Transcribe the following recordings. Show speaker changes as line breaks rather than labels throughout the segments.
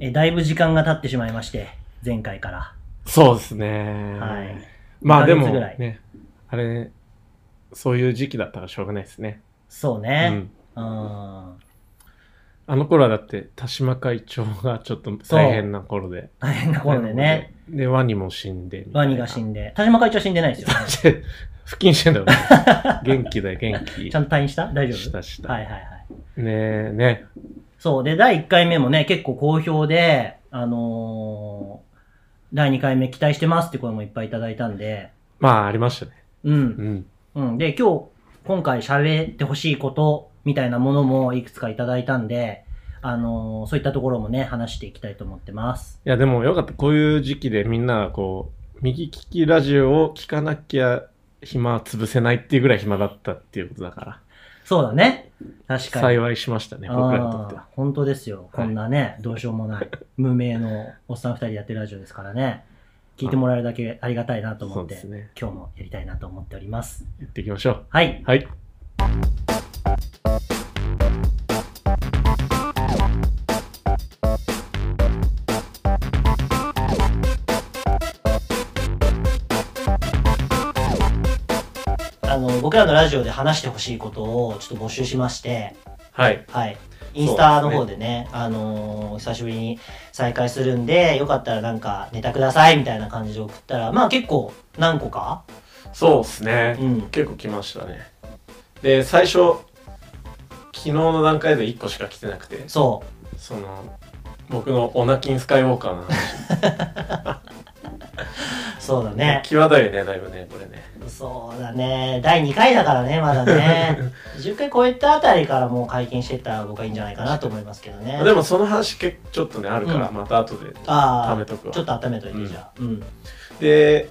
えだいぶ時間が経ってしまいまして、前回から。
そうですね。
はい。
まあで
二
も、
ヶ月ぐらい
ね、あれ、そういう時期だったらしょうがないですね。
そう
う
ね。
ん。
うん。
あの頃はだって、田島会長がちょっと大変な頃で。
大変な頃で ね。
で。で、ワニも死んで。
ワニが死
で。
んで。田島会長は死んでないですよね。
不謹慎 だよね。元気だよ、元気。
ちゃんと退院した大丈
し
夫
たした。
はいはいはい。
ねえ、ね
そう。で、第1回目もね、結構好評で、あのー第2回目期待してますって声もいっぱいいただいたんで、
まあ、ありましたね。
う。
うんん。
うん。で、今日、今回喋ってほしいことみたいなものもいくつかいただいたんで、あのーそういったところもね、話していきたいと思ってます。
いや、でもよかった。こういう時期でみんながこう、右利きラジオを聞かなきゃ暇は潰せないっていうぐらい暇だったっていうことだから、
そうだね。確かに。
幸いしましたね、僕らにとって
あ
は。
ー本当ですよ。こんなね、どうしようもない、無名のおっさん二人でやってるラジオですからね、聞いてもらえるだけありがたいなと
そ
思
う
っ
で
て、
すね。
今日もやりたいなと思っております。
やっていきましょう。
はい。
はい。
あの、僕らのラジオで話してほしいことをちょっと募集しまして、
はい。
はい。インスタの方でね、あのー久しぶりに再開するんで、よかったらなんかネタくださいみたいな感じで送ったら、まあ結構何個か
そうですね
うん。
結構来ましたね。で、最初、昨日の段階で1個しか来てなくて、
そ
その、僕のオナキンスカイウォーカーの話。
う。そうだね。
際どいね、だいぶね、これね。
そうだね。第2回だからね、まだ ね。10回超えたあたりからもう解禁してったら僕はいいんじゃないかなと思いますけどね。
でもその話結構ちょっとね、あるから、
う
また後で
あ
貯め
あ、
とくわ
ちょっ。と温めといて、じゃあ。うん。
で、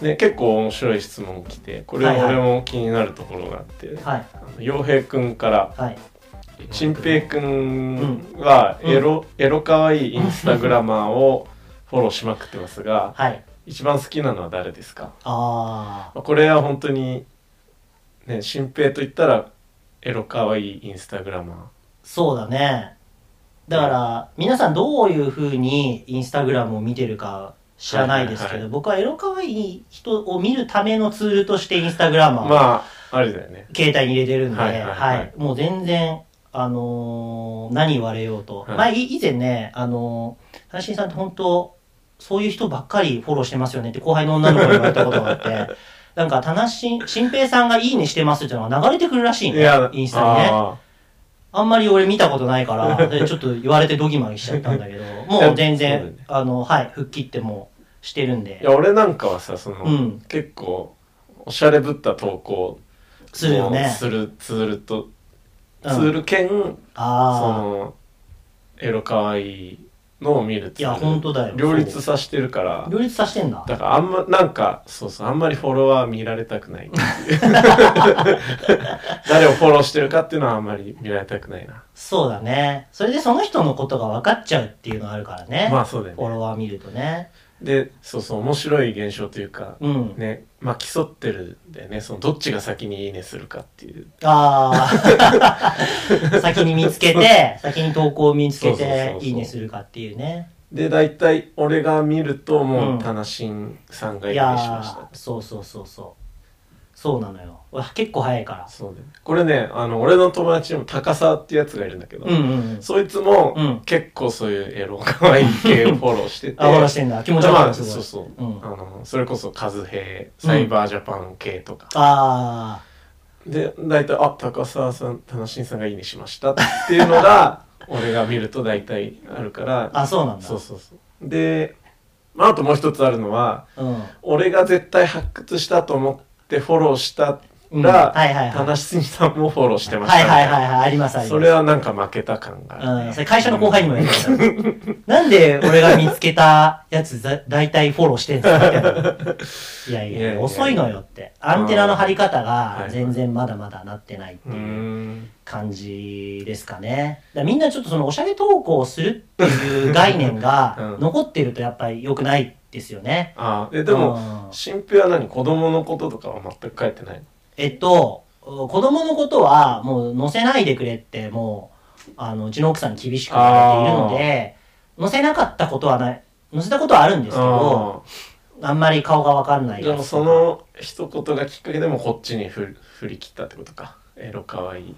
ね、結構面白い質問来てこれ
はいはい
俺も気になるところがあって、
はい。
あの洋平くんから
はい。
「新平くんはエロ,、エロかわいいインスタグラマーをフォローしまくってますが
はい。
一番好きなのは誰ですか?
あ」
これは本当にね新平と言ったらエロかわいいインスタグラ
あ、
マ
そうだね。だから、皆さんどういう風にインスタグラムを見てるか知らないですけど、
はいはいは
僕はエロ可愛い人を見るためのツールとしてインスタグラマ
ー
ーを
まああれだよね
携帯に入れてるんで、は
はいいはいはい
もう全然、あのー何言われようと。
はい
前、い以前ね、あのー、話さんって本当、そういう人ばっかりフォローしてますよねって後輩の女の子に言われたことがあ って、なんか、田中新平さんがいいねしてますっていうのが流れてくるらしいね、インスタにね。あ
あ
んまり俺見たことないから、でちょっと言われてドギマギしちゃったんだ けど、もう全
そうだ
然
よね、
あの、はい、復帰ってもうしてるん
ー
で
い、や俺なんかはさその、
うん
結構おしゃれぶった投稿
するよね。
するツールと、
う
ツ
ん
ール兼、そ
あ
の、エロ可愛いのを見るツール。
いやほんとだよ
両立さしてるから
あ、、両立させてんだ。
だからあんま、なんか、そうそう、あんまりフォロワー見られたくないって いう。誰をフォローしてるかっていうのはあんまり見られたくないな。
そうだね。それでその人のことが分かっちゃうっていうのはあるからね。
まあそうだ
フォ
よね。
ロワー見るとね。で
で、そうそう、面白い現象というか、
うん。
ね、まあ競ってるんだよね、その、どっちが先にいいねするかっていう。
あ あ。先に見つけて、先に投稿を見つけ
そうそうそう
て
そ、う
いいねするかっていうね。
で、大体、俺が見ると、
う
も
ん
う、タナシンさんがい
い
いねし
や
ました
ー、そうそうそうそう。そうなのよ。うわ結構早いから。
そうね。これね、あの、俺の友達にも高沢っていうやつがいるんだけど、
うんうんうん。
そいつも、
うん
結構そういうエロ可愛い系をフォローして て。
あ、ほらしてんだ。気持ち悪い
ま
な
あ、
す
そ
ごい。
うそう。
うん
あの、それこそ、カズヘイ、サイバージャパン系とか。
あ
で、大体、あ、高沢さん、田中さんがいいねしましたっていうのが、 俺が見ると大体あるから、
あ。あ、そうなんだ。
そうそうそう。で、まあ、あともう一つあるのは、
うん。
俺が絶対発掘したと思ってフォローした
うん
ら、
はいはいはい
田中さんもフォローしてました
は
み
い
たいな。
はいはいはい。ありますあります。
それはなんか負けた感があるね、
うん、それ会社の後輩にもやりました。なんで俺が見つけたやつだ、大体フォローしてんすかみたい ないやい
いや
や
いや
遅いのよって。アンテナの張り方が
うん
全然まだまだなってないって
うー
いうん感じですかね。だからみんなちょっとそのおしゃれ投稿をするっていう概念が
うん
残ってるとやっぱり良くないですよね。
ああえでも
うん
新平は何子供のこととかは全く書いてないの
えっと、子供のことはもう載せないでくれってもうあの、うちの奥さんに厳しく言われているので、載せなかったことはない、載せたことはあるんですけど、
あ
あんまり顔がわかんな
ー
い
で
や
も
つ
その一言がきっかけでもこっちに振振り切ったってことかエロかわいい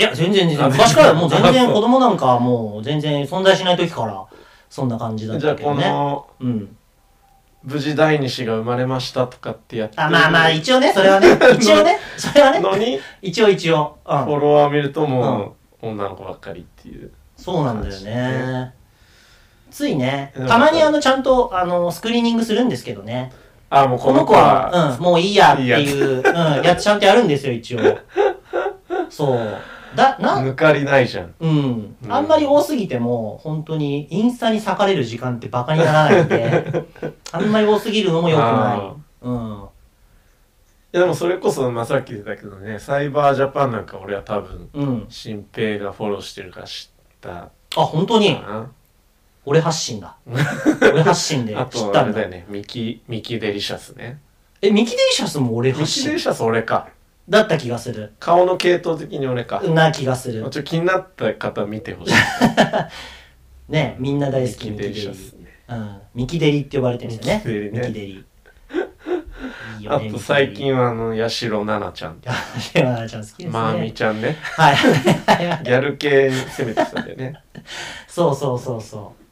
いや、全然全然。
あ
昔からもう全
全然
然子供なんかはもう全然存在しない時から、そんな感じだっ
じゃ
た
あ
け
こ
どね。
の
うん。
無事第二子が生まれましたとかってやって
あ、まあまあ、一応ね、それは ね、一応ね、それはね、
のに
一応一応。う
フォ
ん。
ロワー見るともう女の子ばっかりっていう
そうなんだよね。ついね、
うん
たまにあの、ちゃんと、あの、スクリーニングするんですけどね。
あもう
こ
こ
の
の
子
子
は
は、
うん、もういいやって
いい
いう、うん、やつちゃんとやるんですよ、 一応。そう。だ、な、
抜かりないじゃん
うん。
うん
あんまり多すぎても、本当に、インスタに割かれる時間ってバカにならないん で、あんまり多すぎるのも良くな
あー
い。うん。
いやでもそれこそ、まあ、さっき言ってたけどねサイバージャパンなんか俺は多分
うん。
新平がフォローしてるから知ったか
あ、本当に、
な、
俺発信だ。俺発信で
あ
知っ
と
た
あ
ん
れ
だ
だよ。ねミキミキデリシャスね
え、ミキデリシャスも俺
ミ
発
キデ
信
リシャス俺か
だった気がする。
顔の系統的に俺か、
な気がす
ちょ
る
っ。と気になった方見てほしい
ね、みんな 大好きミ
ミ
キデ
キデ
リ
リシャスね
うん。ミキデリって呼ばれてるんですよね。ミキ
ミキ
デ
デ
リ。いいよ
あ
ね
と最。近はあの八代奈々ちゃん
ミキデリ山田ちゃん好きですね。
まあみちゃんね
はい はいはい。
ギャル系攻めてたんだよね
そうそうそうそう。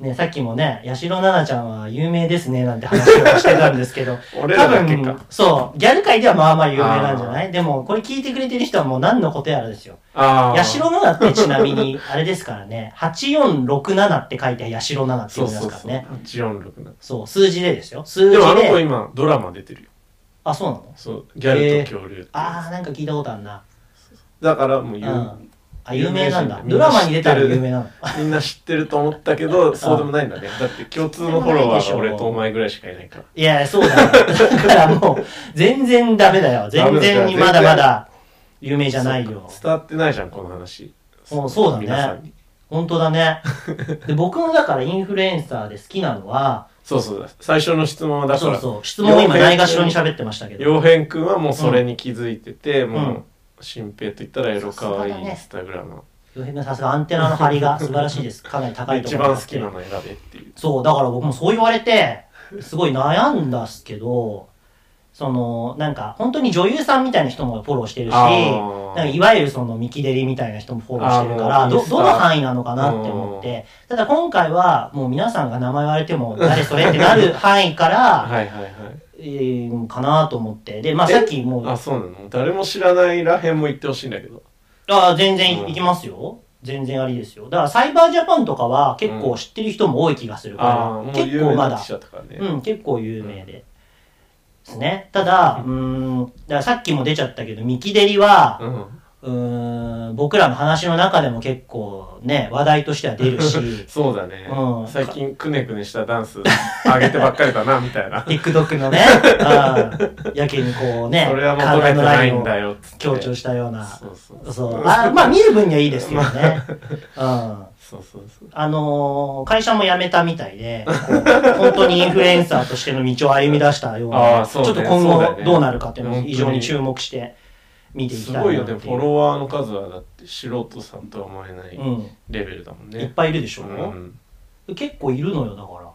ね、さっきもね、八代奈々ちゃんは有名ですね、なんて話をしてたんですけど、
俺らだけ
多分
か
そう、ギャル界ではまあまあ有名なんじゃないでも、これ聞いてくれてる人はもう何のことやらですよ。
ああ
八代奈々ってちなみに、あれですから ね、8467って書いて八代奈々って言
そ
うんで
う
す
そう
から
そう
ね。
8467
そう、数字でですよ。数字で。
でもあの子今ドラマ出てるよ
あ、そうなの
そうギャルと恐竜っていう
あー、なんか聞いたことあるな。
だからもう
う。
言うん
あ、有名なんだ。
有名
ド
人
ラマに出たら有名なの。
みんな知ってると思ったけど、そうでもないんだね。だって共通のフォロワーが俺とお前ぐらいしかいないから。
いや、そうだよ。だからもう、全然ダメだよ。全然にまだまだ有名じゃないよ。
伝わってないじゃん、この話。
もうそうだね
皆さんに。
本当だね。で、僕もだからインフルエンサーで好きなのは、
そうそう。最初の質問はだか
そう
ら、
そう、質問を今ないがしろに喋ってましたけど。
洋平くんはもうそれに気づいてて、もう、新平と言ったらエロかわいい
さすがだね
インスタグラム。
洋平のさすがアンテナの張りが素晴らしいです。かなり高いと
一
思い
番
ま
好
す
き
けど
なの選べっていう。
そう、だから僕もそう言われて、すごい悩んだっすけど、その、なんか、本当に女優さんみたいな人もフォローしてるし、
あ
なん
ー
かいわゆるそのミキデリみたいな人もフォローしてるか
あ
ら、
ー
ど、
もうインスタ
どの範囲なのかなって思って、ただ今回はもう皆さんが名前言われても、誰それってなる範囲から、
はいはいはい。
えーかなと思って、で、まあさっきもう、
あ、
あ
そうなの誰も知らないらへんも言ってほしいんだけど。
ー全然いきますよ。全然ありですよ。だからサイバージャパンとかは結構知ってる人も多い気がする
あ
か
あ、も
ら、
う有
結
名
構
に
ま
なっ
だ
てき。ちゃったからね。
うん、結構有名で。ですね。ただ、うーん、だからさっきも出ちゃったけど、ミキデリは、
うん。、
うーん、僕らの話の中でも結構ね、話題としては出るし
そうだね、
うん
最近くねくねしたダンス上げてばっかりだなみたいな
TikTok のね、うんやけにこうね、
それは求めてないんだ
よ。
よっつって
強調したような。
そうそう
そう。あまあ見る分にはいいですけど ね。うん。
そうそうそう
あのー会社も辞めたみたいで、こう本当にインフルエンサーとしての道を歩み出したような、
あー
ち
そ
ょ
う
っ
ね
と今
そうだよ
後
ね
どうなるかっていうのを
本当に
非常に注目して見ていき
す
たいな
ごいよ
って
ね
う
フォロワーの数はだって素人さんとは思えないレベルだもん
うん。いっ
ね、
ぱいいるでしょ、
うん
結構いるのよ、だから。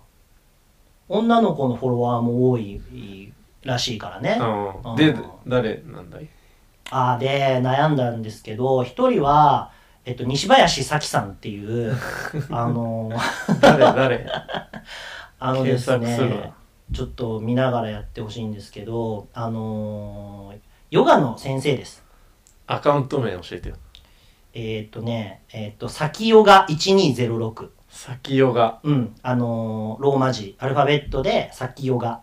女の子のフォロワーも多いらしいからね。
うん
うん
で誰なんだい
あーで、悩んだんですけど、一人は、えっと、西林咲さんって いう、あのー
誰誰
あのです
検索する
ね
わ、
ちょっと見ながらやってほしいんですけど、あのーヨガの先生です。
アカウント名教えてよ
えーっとね、えーっと、先ヨガ1206。
先ヨガ
うん、あのーローマ字、アルファベットで先ヨガ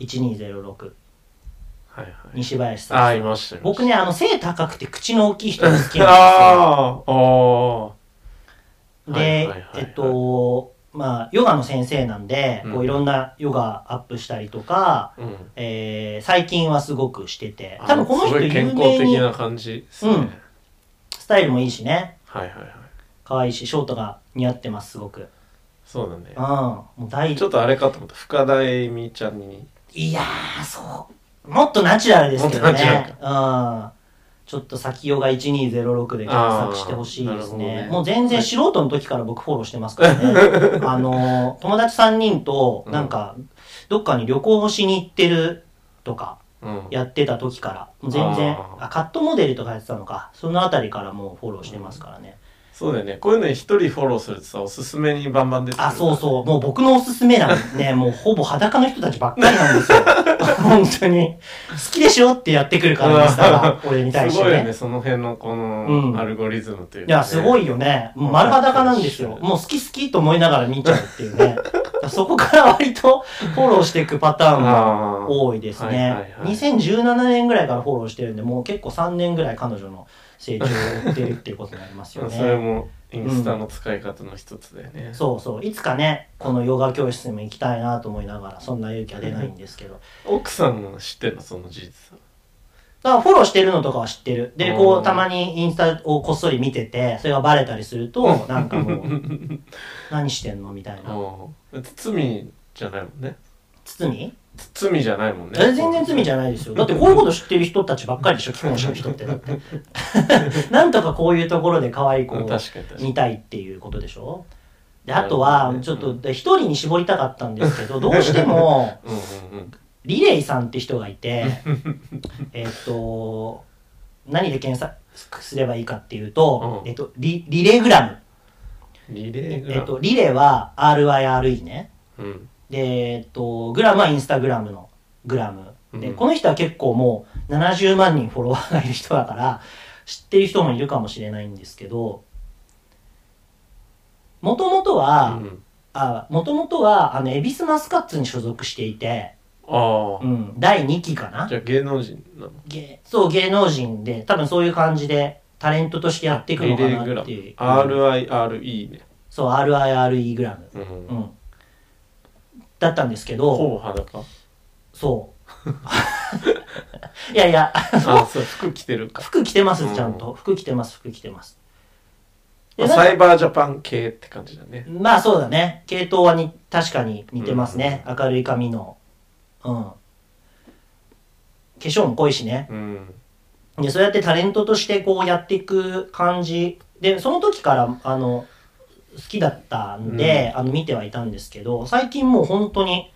1206。
はいはい
西林
あ
さ
あ
ん。
いましたいました
僕ね、あの、背高くて口の大きい人が好きなん
ああああ
ですよ。
はい
で
はいはい、はい
えっと、まあ、ヨガの先生なんで、こ
う
うんいろんなヨガアップしたりとか、
うん
えー最近はすごくしてて、多分この
す
人
ごい
有名
健康
に
的な感じですね、
うんスタイルもいいしね。
はいはいはい
可愛いし、ショートが似合ってます、すごく。
そうだね
うん。もう大、
ちょっとあれかと思った深田恵美ちゃんに
いやー、そう。もっとナチュラルですけど
もっとナチュラル
ね。うん。ちょっと先よが1206で検索してほしいですね
あーなるほどね
もう全然素人の時から僕フォローしてますから ね。あの、友達3人と、なんか、どっかに旅行しに行ってるとか、
うん。
やってた時から、もう全然
あ、ー
あ、カットモデルとかやってたのか、そのあたりからもうフォローしてますからね。
そうだよね。こういうのに一人フォローするとさ、おすすめにバンバン出てくる。
あ、そうそう。もう僕のおすすめなん ね、もうほぼ裸の人たちばっかりなんですよ。本当に。好きでしょってやってくるからです から、俺に対し
す
て
ごいよね、
ね。
その辺のこ
うん
のアルゴリズムというか、ね
いや、すご
い。
いよね。もう丸裸なんですよ。もう好き好きと思いながら見ちゃうっていう ね。そこから割とフォローしていくパターンが
あー
多いです
はいはい
ね。
はい
2017年ぐらいからフォローしてるんで、もう結構3年ぐらい彼女の成長を追ってるっていうことになりますよね。
それもインスタの使い方の一つだよね。
そうそう。いつかね、このヨガ教室にも行きたいなと思いながら、そんな勇気は出ないんですけど。
奥さんも知ってんの、その事実。
だからフォローしてるのとかは知ってる。で、こ
う
う、
ん
たまにインスタをこっそり見てて、それがバレたりすると、なんかも う、何してんのみたいな。
うん。罪じゃないもんね。
罪
罪じゃないもんね。
え全然罪じゃないですよ。だってこういうこと知ってる人たちばっかりで しょ、既婚者の人って。だ って。なんとかこういうところで可愛い子
うん
を
確かに確かに。
見たいっていうことでしょで、
な
あ
る
と
ほどね
は、ちょっと、で一人に絞りたかったんですけど、どうして も、
うんうんうん。
リレイさんって人がいて、えっと、何で検索すればいいかっていうと、
うん
えっと、リリレーグラム。
リレーグラ
え
ム
っと、リレーは RIRE ね。
うん。
で、えっと、グラムはインスタグラムのグラム。で、
うん
この人は結構もう70万人フォロワーがいる人だから、知ってる人もいるかもしれないんですけど、もともとは、
うん
あ、もともとは、あの、エビスマスカッツに所属していて、
あ
う
あ。
ん、第2期かな
じゃあ芸能人なの
芸そう芸能人で多分そういう感じでタレントとしてやっていくのか
リレーグ
な
ラ
っていう
ム。
うん
RIRE ね。
そう RIRE グラム、
う。
うんん、だったんですけど
ほぼ裸。
そう いやいや
あ、そう、服着てるか。
服着てますちゃんと、服着てます服着てますでなんか
サイバージャパン系って感じだね。
まあそうだね系統はに確かに似てますね、明るい髪のうん化粧も濃いしね
うん。
で、そうやってタレントとしてこうやっていく感じ。で、その時から、あの、好きだったんで、あの、見てはいたんですけど、最近もう本当に、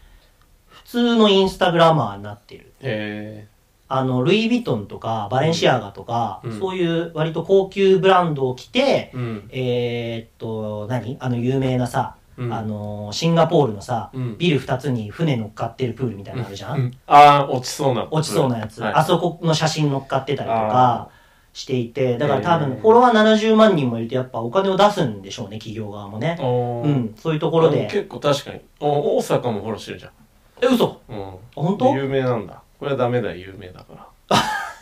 普通のインスタグラマーになってる。
へ
あの、ルイ・ヴィトンとか、バレンシアガとか、
うん
そういう割と高級ブランドを着て、
え。うん。
えーっと、何あの、有名なさ、
うん
あの、シンガポールのさ、
うん
ビル2つに船乗っかってるプールみたいなのあるじゃん
う、んああ、落ちそうな。
落ちそうなやつ、
はい
あそこの写真乗っかってたりとかしていて、だから多分
えー
フォロワー70万人もいるとやっぱお金を出すんでしょうね、企業側もね。
お
う
ー
ん、そういうところ
あ
で。
結構確かに。お大阪もフォローしてるじゃん。
え、嘘
うん。
本当
有名なんだ。これはダメだ、有名だか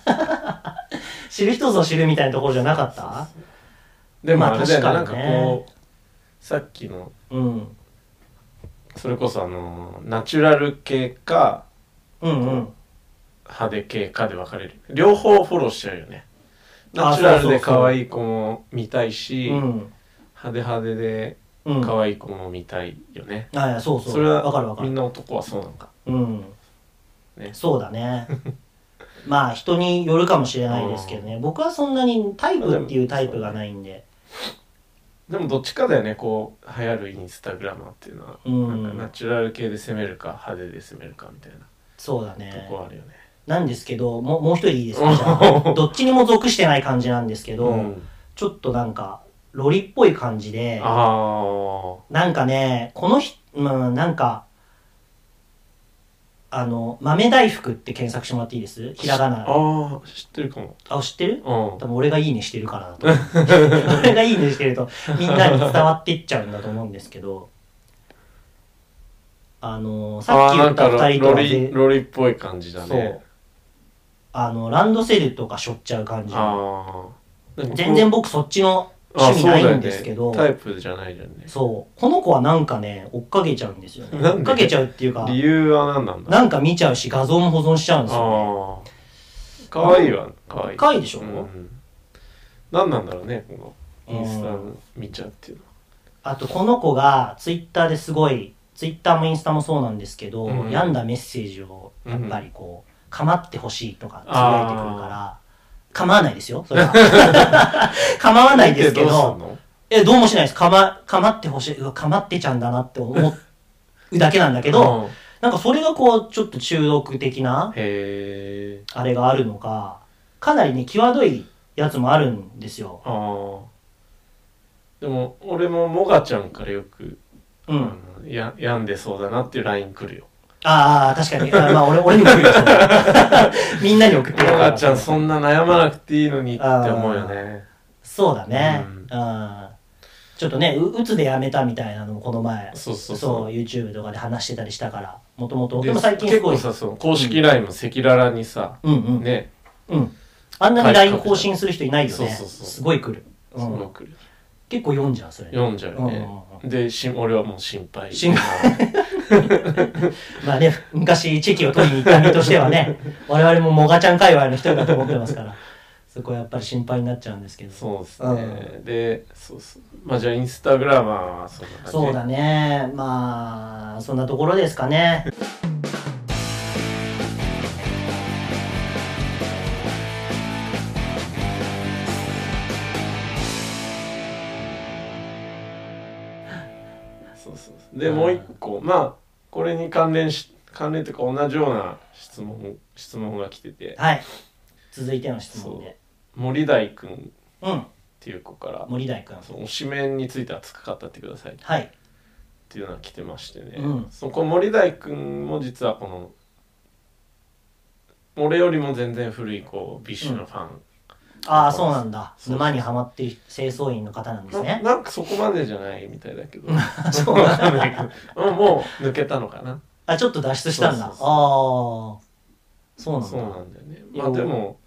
ら。
知る人ぞ知るみたいなところじゃなかった
でも
まあ
あれだよね、なん
確
か
かにね
こう、さっきの、
うん。
それこそあの、ナチュラル系か、
うんうん。
派手系かで分かれる。両方フォローしちゃうよね。
あ
ナチュラル
そうそう
で
そう
可愛い子も見たいし、
うん。
派手派手で
うん。
可愛い子も見たいよね。
あいや、そうそう。
それは
わかるわか
みん
る。
な男はそうなのか。
うん。
ね
そうだ ね。まあ人によるかもしれないですけどね。僕はそんなにタイプっていうタイプがないんで。
でもどっちかだよね、こう、流行るインスタグラマーっていうのは、
うん
なんかナチュラル系で攻めるか、派手で攻めるかみたいな
そうだ
と
ね。
こあるよね。
なんですけど、もう、もう一人いいですかじゃあどっちにも属してない感じなんですけど、
うん
ちょっとなんか、ロリっぽい感じで、
あ
なんかね、この人、うん、なんか、あの、豆大福って検索してもらっていいですひらが
あ、
な。
ああ、知ってるかも。
あ、知ってる
う
多
ん。
分俺がいいねしてるからだと思う。 俺がいいねしてると、みんなに伝わっていっちゃうんだと思うんですけど、あの、さっき言った
あーな
二
ん
人
か
と
ロ
は
リ
ぜ
ロリっぽい感じだ
そう
ね。
あの、ランドセルとかしょっちゃう感じの。
ああ
全然僕そっちの趣味ないんですけど、
あ
そ,、
そううだよねタイプじゃないじゃんね
この子はなんかね、追っかけちゃうんですよね。
なん
追
で
っかけちゃうっていうか、
理由は何なんだ
なんか見ちゃうし、画像も保存しちゃうんですよ、ね。
ああかわいいわかわいい
かわいいでしょ
うん、何なんだろうねこのインスタ
う
見ちゃうっていうのは
あと、この子がツイッターですごい、ツイッターもインスタもそうなんですけど、
うん
病んだメッセージをやっぱりこう、構ってほしいとかつぶやいてくるから、構わないですよ、それは。 構わないですけ
見てうす
ど、
んの
え、どうもしないです。かま、かまってほしい。うわ、かまってちゃんだなって思うだけなんだけど、
うん
なんかそれがこう、ちょっと中毒的な、
へえ
あれがあるのか、かなりね、際どいやつもあるんですよ。
ああでも俺もモガちゃんからよく、
うん。
あのや病んでそうだなっていうライン来るよ
ああ、確かに。あまあ、俺、俺にも送るよそ れみんなに送っ
モ
てやるか
ガ
ら
ちゃんそんな悩まなくていいのにって思うよね
そうだね。
う
うんん。ちょっとね、ううつでやめたみたいなのもこの前、
そうそ
そうう
そう
YouTube とかで話してたりしたから、もともと。
で
でも最近すごい。
結構さその公式 LINE も赤裸々にさ、
うんうん。
ね
うん。あんなに LINE 更新する人いないよね。
そうそうそう
すごい来る。う
その
ん、
来る
結構読んじゃう、それ。
読んじゃうね
うんうん、
でし俺はもう心配
心まあね、昔チェキを取りに行った身としては ね、我々もモガちゃん界隈の人だと思ってますから、そこはやっぱり心配になっちゃうんですけど。
そうですねでそうそうまあじゃあインスタグラマーはそんな感じ
そうだね。まあ、そんなところですかね。
そうそうそうでもう一個まあこれに関連し関連というか同じような質問質問が来てて
はい。続いての質問で。
森大君っ
うん。
ていう子から
森大君。
その推しメンについて熱く語ってくださいっ
はい。
ていうのが来てましてね、
うん
そこ森大君も実はこの俺よりも全然古いこうビッシュのファン、
ああ、そうなんだ。
そう
沼にはまってる清掃員の方なんです
な
ね。
なんかそこまでじゃないみたいだけど
そう
わかんないけどもう抜けたのかな
あ、ちょっと脱出したんだ。あ
そ
あ
う
ー
そ。
そうなん
そうな
だ。
んだよねまあでも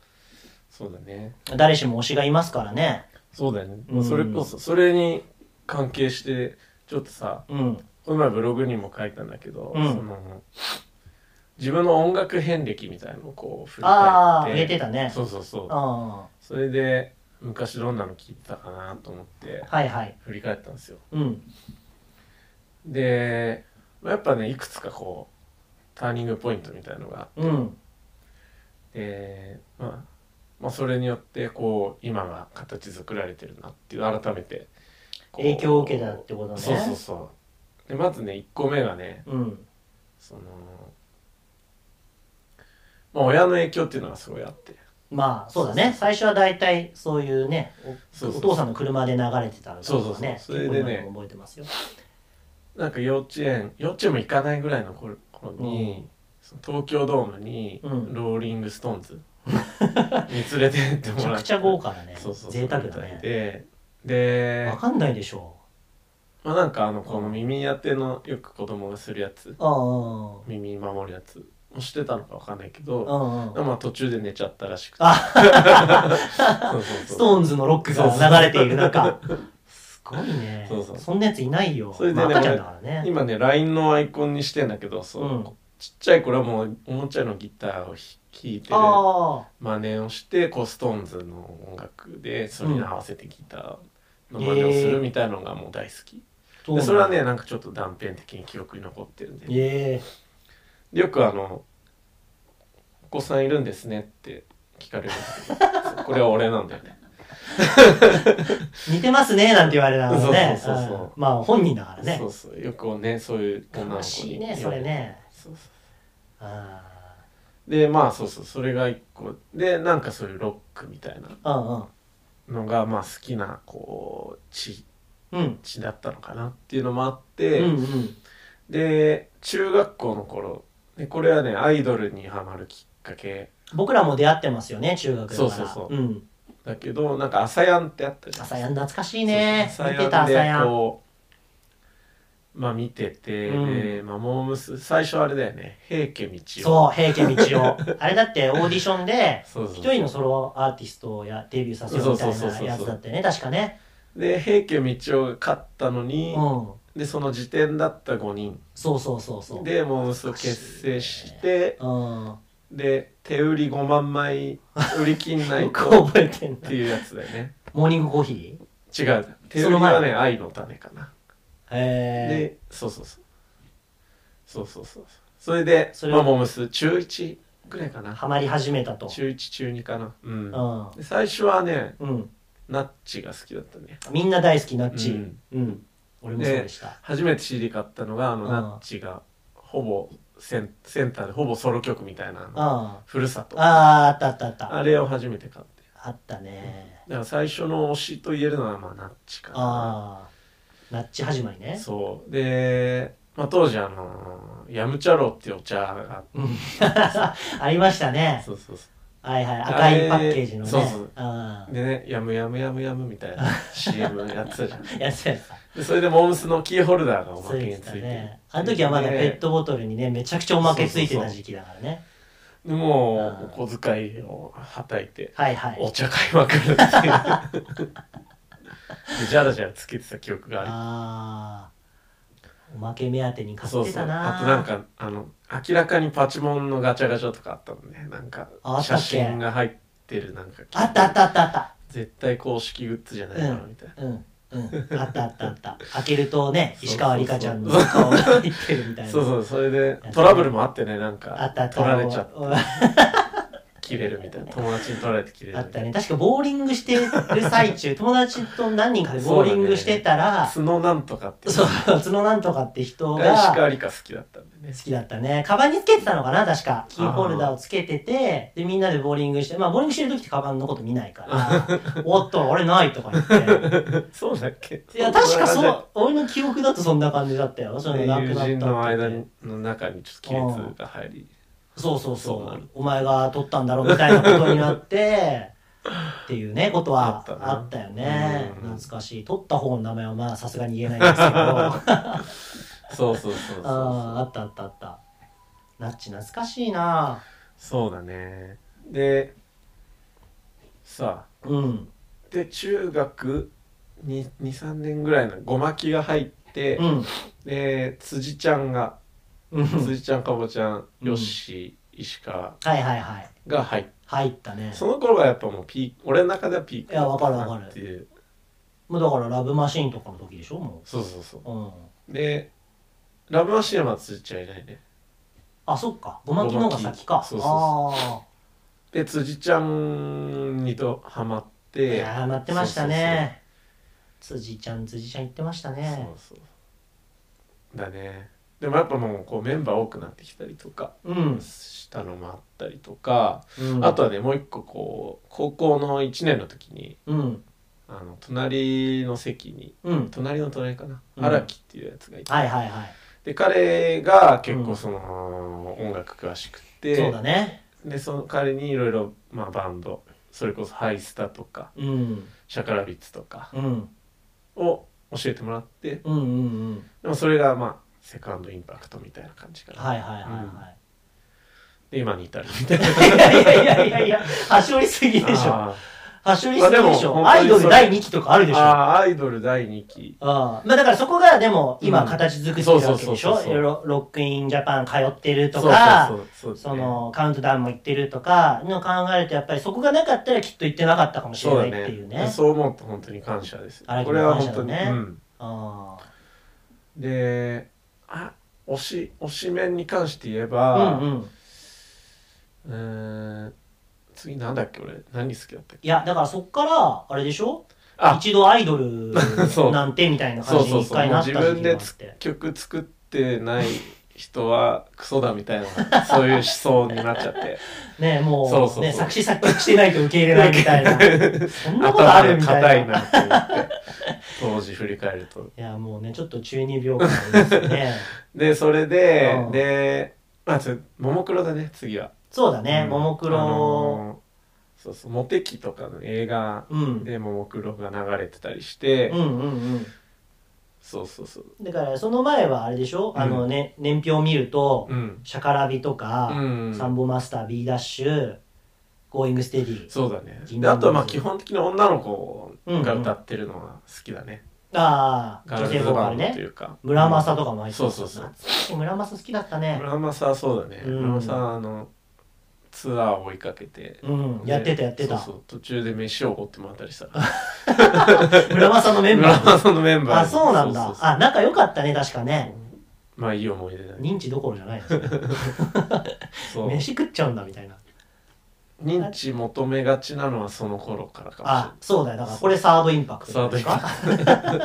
そうだね
誰しも推しがいますからね。
そうだよね、
うん
それこそそれに関係してちょっとさ
うん。
この前ブログにも書いたんだけど、
うん
その自分の音楽遍歴みたいのをこう振り
ああ、
返
触
っ
れ
て
てたね。
そうそうそう
あ
それで昔どんなの聞いてたかなと思って
あ。はいはい。
振り返ったんですよ
うん。
でやっぱねいくつかこうターニングポイントみたいのがあって
うん。
えーまあ、まあそれによってこう今が形作られてるなっていう改めてこう
影響を受けたってことね
そうそうそうでまずね1個目がね
うん。
そのまあ親の影響っていうのがすごいあって
まあ、そうだね。最初は大体そういうね、お
そうそう
お父さんの車で流れてたの
そうそ
と
う
か
そう
ね。
それでね
結構今も覚えてますよ。
なんか幼稚園幼稚園も行かないぐらいの頃頃に、その東京ドームにロ
うん
ーリング・ストーンズに連れてっても
めち
ら
ゃ
って
くちゃ豪華だね。
そうそうそう
贅沢だ
みたい
ね。
でで
わかんないでしょ
まあなんかあのこの耳当てのよく子供がするやつ
う。あ
耳守るやつをしてたのかわかんないけ
あ。
ど、
うんうん。
まあ途中で寝ちゃったらしくて
あ、
そうそうそう
ストーンズのロックが流れている中。すごいね。
そうそうん
なやついないよ。
それでね
まあ赤ちゃんだからね。
今ね LINE のアイコンにしてんだけどそう、
うん
ちっちゃい頃はもうおもちゃのギターを弾いてる
あ
真似をしてこうストーンズの音楽でそれに合わせてギターの真似をするみたいのがもう大好き、
あ。
でそれはね。なんかちょっと断片的に記憶に残ってるんで
ええ。
でよくあの「お子さんいるんですね」って聞かれるんだけどそうこれは俺なんだよね
似てますね、なんて言われながらね。
そうそうそうそう
うん まあ本人だからね
そ。うそうよくねそういう女の子に
悲しいね、それね。
そうそう
あ
でまあそうそうそれが一個でなんかそういうロックみたいな
あ。うんうん。
のがまあ好きなこう血
うん。
血だったのかなっていうのもあって、
うんうん。
で中学校の頃でこれはねアイドルにハマるきっかけ
僕らも出会ってますよね、中学だから。
そうそうそ
う
う
ん。
だけどなんか「朝やん」ってあったじゃん
朝やん懐かしいね。
そう
見
そう
てた朝や
で
ん。
こうまあ見てて、
うん
でまあ、モームス最初あれだよね平家道夫
そう、平家道夫。 あれだってオーディションで、
そうそうそう
一人のソロアーティストをやデビューさせようみたいなやつだったよね、確かね。
で平家道夫が勝ったの
う
に
ん、。
でその時点だった5人
そうそうそうそう。
でモームスを結成して
うん。
で手売り5万枚売り切んない
よ く
とっ
覚えてんだ
て。いうやつだよね
モーニングコーヒー
違う手売りはね愛の種かな
え
でそうそうそうそうそうそうそれで
それ
まあモームス中1
ー。
ぐらいかな
ハマり始めたと。
中1中2かなうん
うん。
で最初はね
うん。
ナッチが好きだったね
みんな大好き、ナッ
う
チ。
ん
うん。俺もそうでした。
初めて CD 買ったのがあの
うん
ナッチがほぼセンセンターでほぼソロ曲みたいな
あ
ふるさと
あ。ああ、あったあったあった。
あれを初めて買って
あったね。
だから最初の推しと言えるのはまあナッチかな
ああ。ナッチ始まりね。
そうで、まあ、当時あのヤムチャローっていうお茶があって
うん ありましたね。
そうそうそ
はいはい。
あ
赤
れ
いパッケージのね。
そうそう
あ
うでねやむやむやむやむみたいな CM やってたじゃん
あ。やつやつ。
でそれでモームスのキーホルダーがおま
そう
けに
でし
つ
た
いてる
ね。あの時はまだペットボトルにね、めちゃくちゃおまけついてた時期だからね。
でもうお小遣いをはたいて
はいはい。
お茶買いまく るっていうでジャラジャラつけてた記憶がある
ああ。おまけ目当てに買
そ
っ
う
て
そ
た
う
な
あとなんかあの明らかにパチモンのガチャガチャとかあったもんねなんか
ああった
写
っけ
真が入ってるなんか
あったあったあったあった。
絶対公式グッズじゃないだろうみたいな、
うん。うん。あったあったあった。開けるとね、
そう
石川梨花ちゃんの顔が入ってるみたいな。
そうそうそれでトラブルもあってねなんか
あったあった。
取られちゃって
て。
切れるみたいな友達に取られて切れる
あ
み
ったた
い
ね。確かボーリングしてる最 中、友達と何人かでボーリングしてた
な
ら、
スノなんとかっていう
そう、角なんとかって人
が石川
が、
理香好きだったんでね
好きだったね。カバンにつけてたのかな確か。キーホルダーをつけてて、で、みんなでボーリングして、まあ、ボーリングしてる時ってカバンのこと見ない から、おっと、あれないとか言って。
そうだっけ
いや、確か
そ
そ
んな感
う、俺の記憶だとそんな感じだったよ。その
じ
亡
だ
くな
友
ったって言って
人の間の中にちょっと亀裂が入り
そうそう
そう
そ
な
う
る。
お前が取ったんだろうみたいなことにな って、っていうね、ことは
あったな
あったよね。
うん
懐かしい。取った方の名前はまあさすがに言えないんですけど、 あー
そうそうそうそう
あったあったあった。ナッチ懐かしいな
そうだねでさあ
うん。
で中学23年ぐらいのごまきが入って、
うん。
で辻ちゃんが
うん
辻ちゃんかぼちゃん
うん
よっしー石川
はいはいはい。
が入って
入ったね。
その頃がやっぱもうピーク俺の中ではピーク
いやわかるわかる
っていう
もうだからラブマシーンとかの時でしょも
そうそうそう
う。うん。
でラブマシーンは辻ちゃんいないね
あ、そっか。ごまきの方が先か。
そうそう
ああ。
で辻ちゃんにとハマっ
い
て
やー待ってましたね辻ちゃん辻ちゃん言ってました
そうそう
ね
そうそうそうだねでもやっぱもうこうメンバー多くなってきたりとか
うん、
したのもあったりとか、
うん、
あとはねもう一個こう高校の1年の時に
うん
あの隣の席に
うん
隣の隣かな
うん
荒、木っていうやつがいて、
はいはいはい、
で彼が結
う
構
ん
その、音楽詳しくて
そうだね
でその彼にいろいろまあバンドそれこそハイスタとか
うん
シャカラビッツとか
うんうん
を教えてもらって
うんうん
でもそれがまあセカンドインパクトみたいな感じかな、
はいはいはい
で今に至るみたいな
はい、いやいやいやいやはしょりすぎでしょ
あ
はしょりすぎでし
まあでも本当
ょ
に
アイドル第2期とかあるで
ー
しょ
あーアイドル第2期
ああまあだからそこがでも今
うん
形作ってるわけ
そうそう
でし
そう
ょ
そう
いろいろロックインジャパン通ってるとか
そうそうそうそ
そうのカウントダウンも行ってるとかの考えるとやっぱりそこがなかったらきっと行ってなかったかもし
そ
れ
う
な
だ
いっていうね
ねそう思うと本当に感謝ですよ
荒木
こ
の
れは本
感謝だ
当に、
ね
うん
あ
であ推し推し面に関して言え
あ
ば、
うんうん
うーん次なんだっけ俺何好きだったっけ
いやだからそっからあれでしょ
あ
一度アイドル
そう
なんてみたいな
そ
感
う
じ
そう
に一
そう
回
もう
なった時期が
自
あっ
分でつ
て
曲作ってない人はクソだみたい なそういう思想になっちゃって
ねもう
そうそうそう
ね作詞作曲してないと受け入れないみたいな そんなことあ
頭
る
が
みた
硬
い
い
な
なと思って当時振り返ると
いやもうねちょっと中二病感ありますよね
でそれで、
うん
でまあちょももクロだね次は
そうだね
うん
ももク
あ
ロ
のーそうそうモテキとかの映画
うん
でももクロが流れてたりして、
うんうんうん
そうそうそう
だからその前はあれでしょあのね年表を見ると
うん
シャカラビとか、
うん
サンボマスター B ダッシュゴーイングステディ
そうだね
銀
で
杏
あとはまあ
の
基本的に女の子が歌ってるのは好きだね、
ああ
ガ
女
ー
性
ル
ボ
ズ
ー
バ
カル
ンドとい
ね
うか
村正とかも入ってた
そうそうそう
懐かしい村正好きだったね
村正はそうだね、
うん
村正はあのツアーを追いかけて、
うん
で
やってたやってた
そうそう途中で飯をおごってもらったりした
村正のメン
村
バー
正のメンバー
あそうなんだ
そうそうそう
あ仲良かったね確かね
まあいい思い出だね。
認知どころじゃないですね
そう。
飯食っちゃうんだみたいな
認知求めがちなのはその頃からかもしれない
あ。そうだよだからこれサードインパク
サ
ト
ード
で
イン
す
パ
か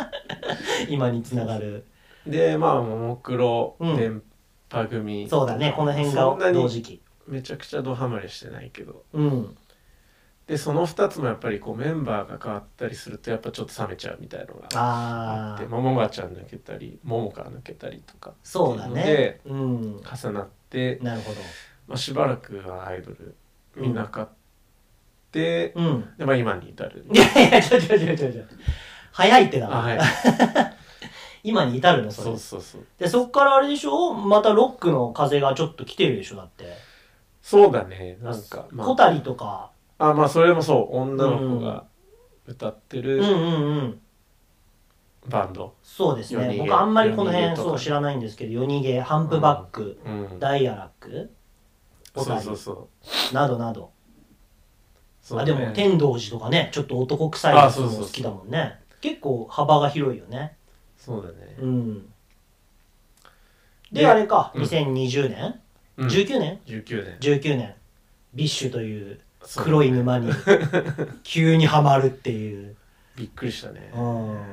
今につながる
でまあももクロ
うん
電波組
そうだねこの辺
そんな
が同時
に
期
めちゃくちゃドハマりしてないけど
うん
でその2つもやっぱりこうメンバーが変わったりするとやっぱちょっと冷めちゃうみたいのがあ
あ
って
あ
ももがちゃん抜けたりももか抜けたりとか
そうだね
で
うん
重なって、
なるほど
まあ、しばらくはアイドル見なかって、
うん
でまあ今に至る
いやいやちょちょちょちょちょ早いってだ
あはい
今に至るのそれ
そうそうそう
でそっからあれでしょまたロックの風がちょっと来てるでしょだって
そうだねなんかま
小谷とか
ああまあそれもそう女の子が歌って
うんうん
る
うん
バンド、
そうです
夜
ね
逃げ
僕あんまりこの
夜逃
辺
げとか
そう知らないんですけど夜逃げハンプバック、
うん、
ダイアラック小
そう
谷
そうそう
などなど、
そう
あ
ね
でも天童寺とかねちょっと男臭い
あ
やつ
そうそうそう
も好きだもんね結構幅が広いよね
そうだね
う、んで
で
あれか
うん
2020年、
うん
19年
19年
19年ビッシュという
そう
黒い沼 に急にはまるっていう、
びっくりしたね
うん、は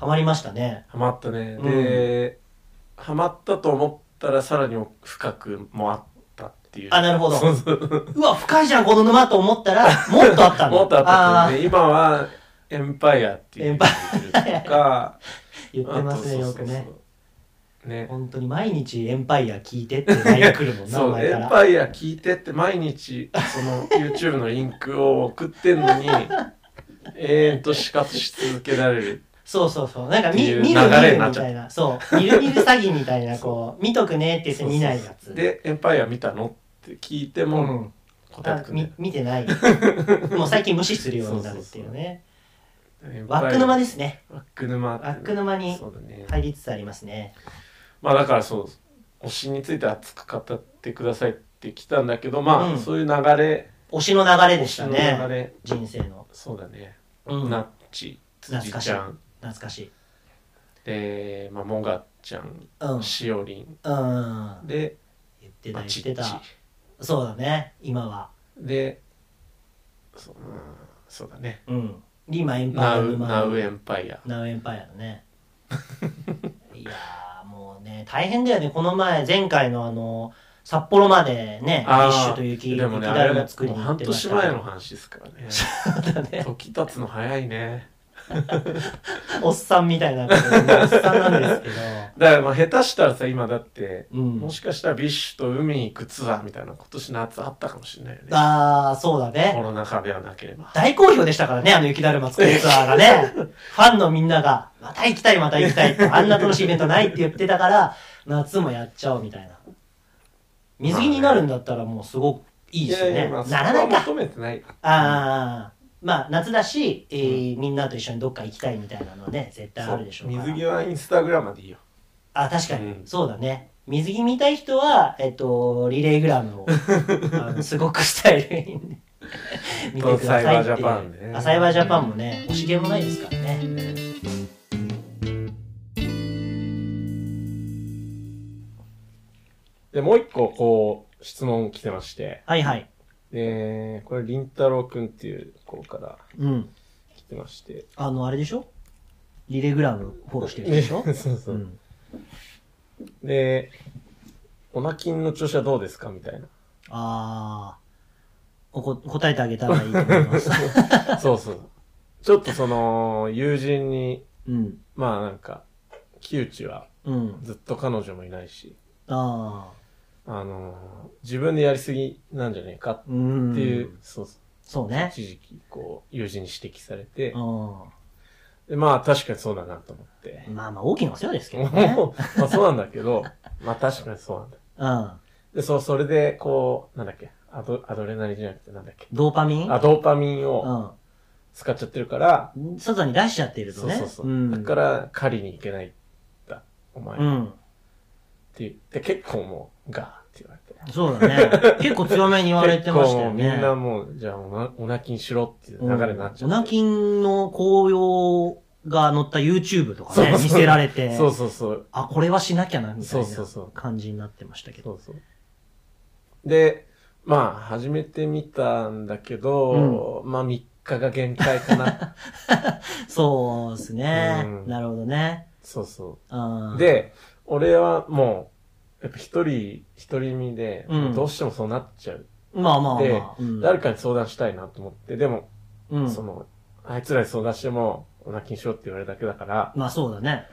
まりましたね
ハマったねで、ハマったと思ったらさらに深くもあったっていう
あなるほど
そうそう
うわ深いじゃんこの沼と思 ったらもっとあったんだ
もっとあった
あ
って
ー
ね今はエンパイアっていう
エンパイ
とか
言ってますね
あ
よ
と
くね
ね
本当に毎日エンパイア聞いてって内容来るもんな
そ
お
う
前
エ
か
ン
ら
パイア聞いてって毎日その YouTube のリンクを送ってんの に永遠と死活し続けられる
そうそうそうなんか
って
見
いう
見る見
流れ
る
になっ
み
ちゃう
たいなそう見る見る詐欺みたいなこう見とくねって言って見ないやつ
で「エンパイア見たの?」って聞いて
う
も
ん
答え
あ
てくんない
み見て ないもう最近無視するようになるっていうねワック沼ですね
ワック沼っていう
ワック沼に
そうだね、
入りつつありますね
まあだからそう推しについて熱く語ってくださいって来たんだけどまあ、
うん
そういう流れ
推しの流れで
推
し
したの
ね
流れ
人生の、
そうだね、
うん、
な
懐
っち辻
懐かしい
ちゃん
かしい
で、まあ、もがちゃん、
うんうん
しおりんで、
言ってた
ま
言
あ
っ
ち
て
っち
たそうだね今は
でそう,、うん、そうだね
うん今エンパイ
ナ
ア
ウ
沼
ナウエンパイア
ナウエンパイアだね いやーもうね大変だよねこの前前回のあの札幌までねフィ
あー
ッシュと雪
でも
雪
ね
だ
あ
る
れ
ま
が
作りに行
半
ってまし
年
たけ
前
ど
の話ですか らね
だね
時経つの早いね
おっさんみたいなことでもうおっさんなんですけ
だからまあ下手したらさ今だって
ど、うん
も、しかしたらビッシュと海行くツアーみたいな今年夏あったかもしれないよね
ああそうだね
コロナ禍ではなければ
大好評でしたからね、あの雪だるま作るツアーがね。ファンのみんなが、また行きたい、また行きたい って、あんな楽しいイベントないって言ってたから、夏もやっちゃおうみたいな。水着になるんだったらもうすごくいいですよ
いや
ね。
いやまあ
ならない
そこは
か。
求めてない
ああ、まあ夏だし、えーみんなと一緒にどっか行きたいみたいなのはね、絶対あるでしょうから。
水着はインスタグラマでいいよ
あ、確かに、
うん
そうだね。水着見たい人は、えっと、リレーグラ ムを、あのすごくスタイルいいんで、見てくださいっていう。
サイバージャパンね
あサイバージャパンもね、惜しげもないですからね。
でもう一個こう質問来てまして
はいはい。
でこれりんたろうくんっていう子から
うん。
来てまして
あの、あれでしょリレーグラムフォローしてる人でしょ
そうそうう、
ん。
でオナキンの調子はどうですかみたい
あー。おこ答えてあげたらいいと思い ます。
な そうそうちょっとその友人に
うん。
まあなんか窮地は
うん。
ずっと彼女もいないし
あ
あの自分でやりすぎなんじゃねえか
ー。うん。
っていう、。そうそう
そう ね。
一時期こう友人に指摘されて
う、ん。
でまあ確かにそうだなと思って、
まあまあ、大きなお世話ですけどね。
もう まあそうなんだけどまあ確かにそうなんだ
うん。
でそうそれでこうなんだっけアドアドレナリンじゃなくてなんだっけ
ドーパミン
あドーパミンを
うん。
使っちゃってるから、
外に出しちゃってると
そう
ね。
そうそう、
ん、
だから狩りに行けないんだお前、
う
っ
ん。
て言って結構もうガーって言われて
そうだ ね。結構強めに言われてましたよね。
結構もうみんなもうじゃあおなおなきにしろっていう流れになっちゃって、
おなきんの紅葉が載った YouTube とか
そう
ね、
そう
見せられて、
そうそうそう。
あ、これはしなきゃな、みたい
そうそうそ
な
う
感じになってましたけ
そ
ど。
うそう。で、まあ、始めてみたんだけど、まあ、3日が限界 かな。
そうですね
う。ん
なるほどね。
そうそ
うん
う。、で、俺はもう、やっぱ一人、独り身で、
うん
どうしてもそうなっちゃう。
まあまあま
で
あ。うん
誰かに相談したいなと思って、でも、
うん
その、あいつらに相談しても、お腹にしろって言われるだけだから、
まあそうだね。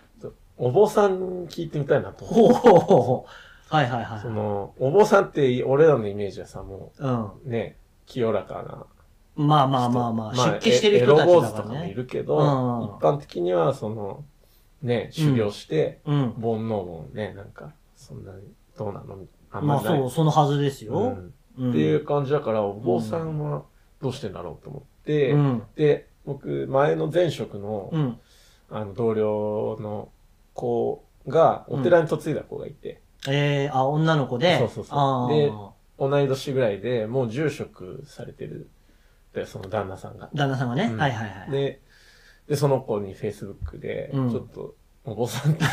お坊さんに聞いてみたいなと思って。
ほうほうほうほう。はいはいはい
そ。の、お坊さんって、俺らのイメージはさ、も
う
う、ね、清らかな。
ん。まあまあまあまあ、
人
出家してる人た
エロ
ち
坊
だ
主と
か
からもい
ね。
るけど、
うん
一般的には、その、ね、修行して、
うん。
煩悩もね、なんか、そんなに、どうなのあん
ま
ま
あ
りない。
そう、そのはずです
う
よ。
ん
うん
っていう感じだから、お坊さんはどうしてんだろうと思って、
うん。
で、僕、前の前職の、
うん。
あの、同僚の子が、お寺に嫁いだ子がいて、
えー、あ、女の子で。
そうそうそう
あ
で
ー
同い年ぐらいで、もう住職されてる。で、その旦那さんが。
旦那さんがね。
うん
はいはいはい。
で、で、その子に Facebook で、ち
うん
ょっと、お坊さんと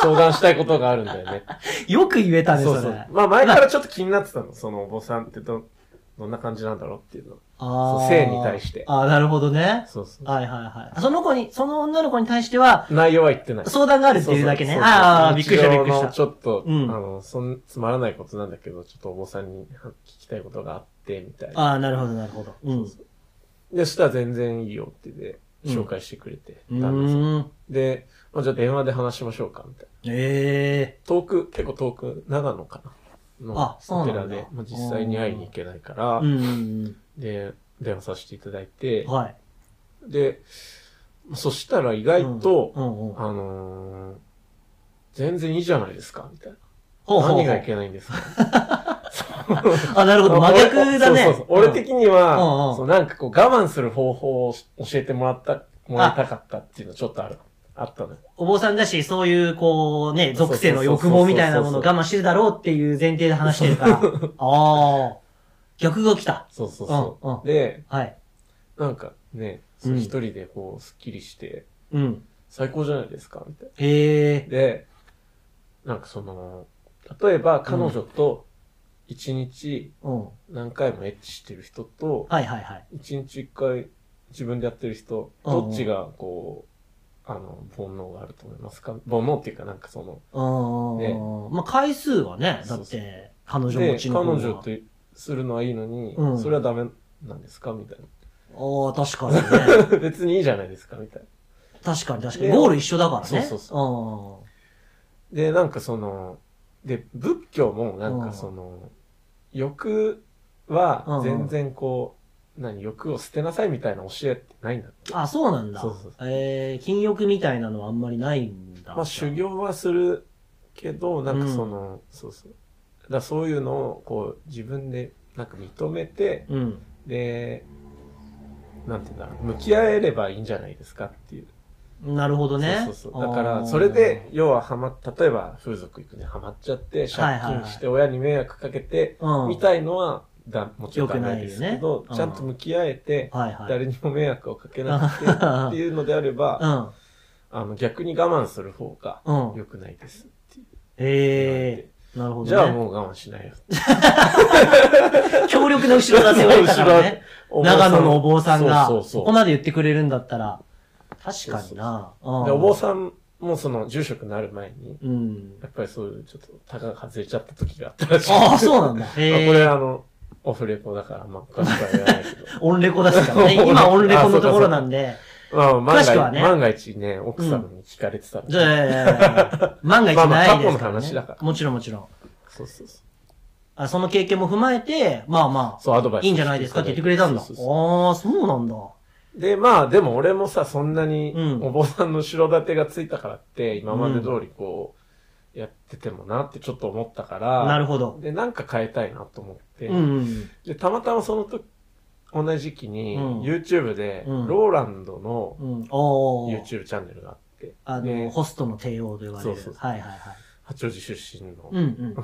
相談したいことがあるんだよ ね。
よく言えたね、そ
そ
れ。
うそう。まあ前からちょっと気になってたの。そのお坊さんってど、どんな感じなんだろうっていうの。
あ
そ
あ。
う性に対して
ああ、なるほどね。
そうそう。
はいはいはい。その子に、その女の子に対しては、
内容は言ってない。
相談があるっていうだけね。
そうそうそう
ああ、びっくりしたびっ
日
くり
常
し
の
た。
ちょっと、
うん
あの、そん、つまらないことなんだけど、ちょっとお坊さんに聞きたいことがあって、みたいな。
ああ、なるほどなるほど。うん。う
で、そしたら全然いいよってで、紹介してくれて、旦那さん
ーん。
で、まあ、じゃあ電話で話しましょうか、みたいな。
ええ
遠く、結構遠く、長野かなの
あそ
お
うなんだ
寺で、まあ、実際に会いに行けないから、
うんうん
で、電話させていただいて
うん。、はい。
で、そしたら意外と、
うんうんうん。
あのー全然いいじゃないですか、みたいな。
ほうほうほう
何がいけないんですか
あ、なるほど。 真逆だね。
そうそうそう俺的に
うんう
は、
ん
そうなんかこう我慢する方法を教えてもらった、もらいたかったっていうのちょっとある、あったのよ。
お坊さんだし、そういう、こう、ね、
そうそ
属
うそうそう
性の欲望みたいなものを我慢してるだろうっていう前提で話してる から。ああ。逆が来た。
そうそうそ
うんうん
う。で、
はい。
なんかね、そう一人でこう、スッキリして、
うん。
最高じゃないですか、みたい
へえ
な。。で、なんかその、例えば彼女と一日
うん。
何回もエッチしてる人と、
はいはいはい。
一日一回自分でやってる人、
うん
どっちがこう、あの、煩悩があると思いますか煩悩っていうかなんかその、
うーん。まあ、回数はね、だ
そう
っ
そ
て、彼女
で、
持ちの
彼
方が。
女とするのはいいのに
う、ん
それはダメなん ですかみたい
ああ、確か にね。
な。別にいいじゃないですかみたいな。
確かに確かに。
で
ゴール一緒だからね。
そうそう
そ
で、なんかその、で、仏教もなんかその、欲は全然こう、何、欲を捨てなさいみたいな教えってないんだって。
うん。あ、そうなんだ。
そうそう
えー、禁欲みたいなのはあんまりないんだ。
まあ修。行はするけど、なんかその、そうそう。だからそういうのをこう自分でなんか認めて、
うん。
で、なんていうんだろう、向き合えればいいんじゃないですかっていう。
なるほどね。
そうそうそう。だか
あー
ら、それで、、要ははま、例えば風俗行くね、はまっちゃって、借金して親に迷惑かけて、
うん。
みたいのは、だもちろん
よくな
ダ
いよ
メ
ね
ですけど、
うん
ちゃんと向き合えて、
はいはい。
誰にも迷惑をかけなくて、っていうのであれ ば、あの、逆に我慢する方が
うん。うん。
良くないですっていう
ええー。なるほど、ね。
じゃあもう我慢しないよ。
強力な後ろ 盾を得たからね。
お坊さん
長野のお坊さんが、
そうそう
ここ
そう。
まで言ってくれるんだったら、確かにな。うん
でお坊さんもその、住職になる前に、
うん。
やっぱりそういう、ちょっと、たがが外れちゃった時があったらしい。
ああ、そうなんだ。
まあ
へ
これ
え。
あの、オフレコだから、まあ、詳しくは言わないけど。
オンレコですからね。 今オンレコのところなんで。
まあ、万
詳しくは
が,、
ね
万が一ね、奥様に聞かれてたら、
じゃあいやいやいや、万が一ないですか
まあまあ過去の
ら
話だか
ね。
ら
もちろんもちろん。
そうそうそう。
あその経験も踏まえて、まあま
そう、アドバ
あ、
イス。
いいんじゃないですかって言ってくれたんだ。ああ
そ
ー、
うそうそ
そうなんだ。
うで、まあ、でも俺もさ、そんなに
う、ん
お坊さんの後ろ盾がついたからって、今まで通りこう、やっててもなってちょっと思ったから、
なるほど。
で、なんか変えたいなと思って、
うんうん
で、たまたまその時、同じ時期に、
うん
YouTube で、
うん
ローランドの
うん。うん。おー。
YouTube チャンネルがあって、
あの、
で
ホストの帝王と言われる。
そうそうそ
はいはいはい。
八王子出身の、
うんうん。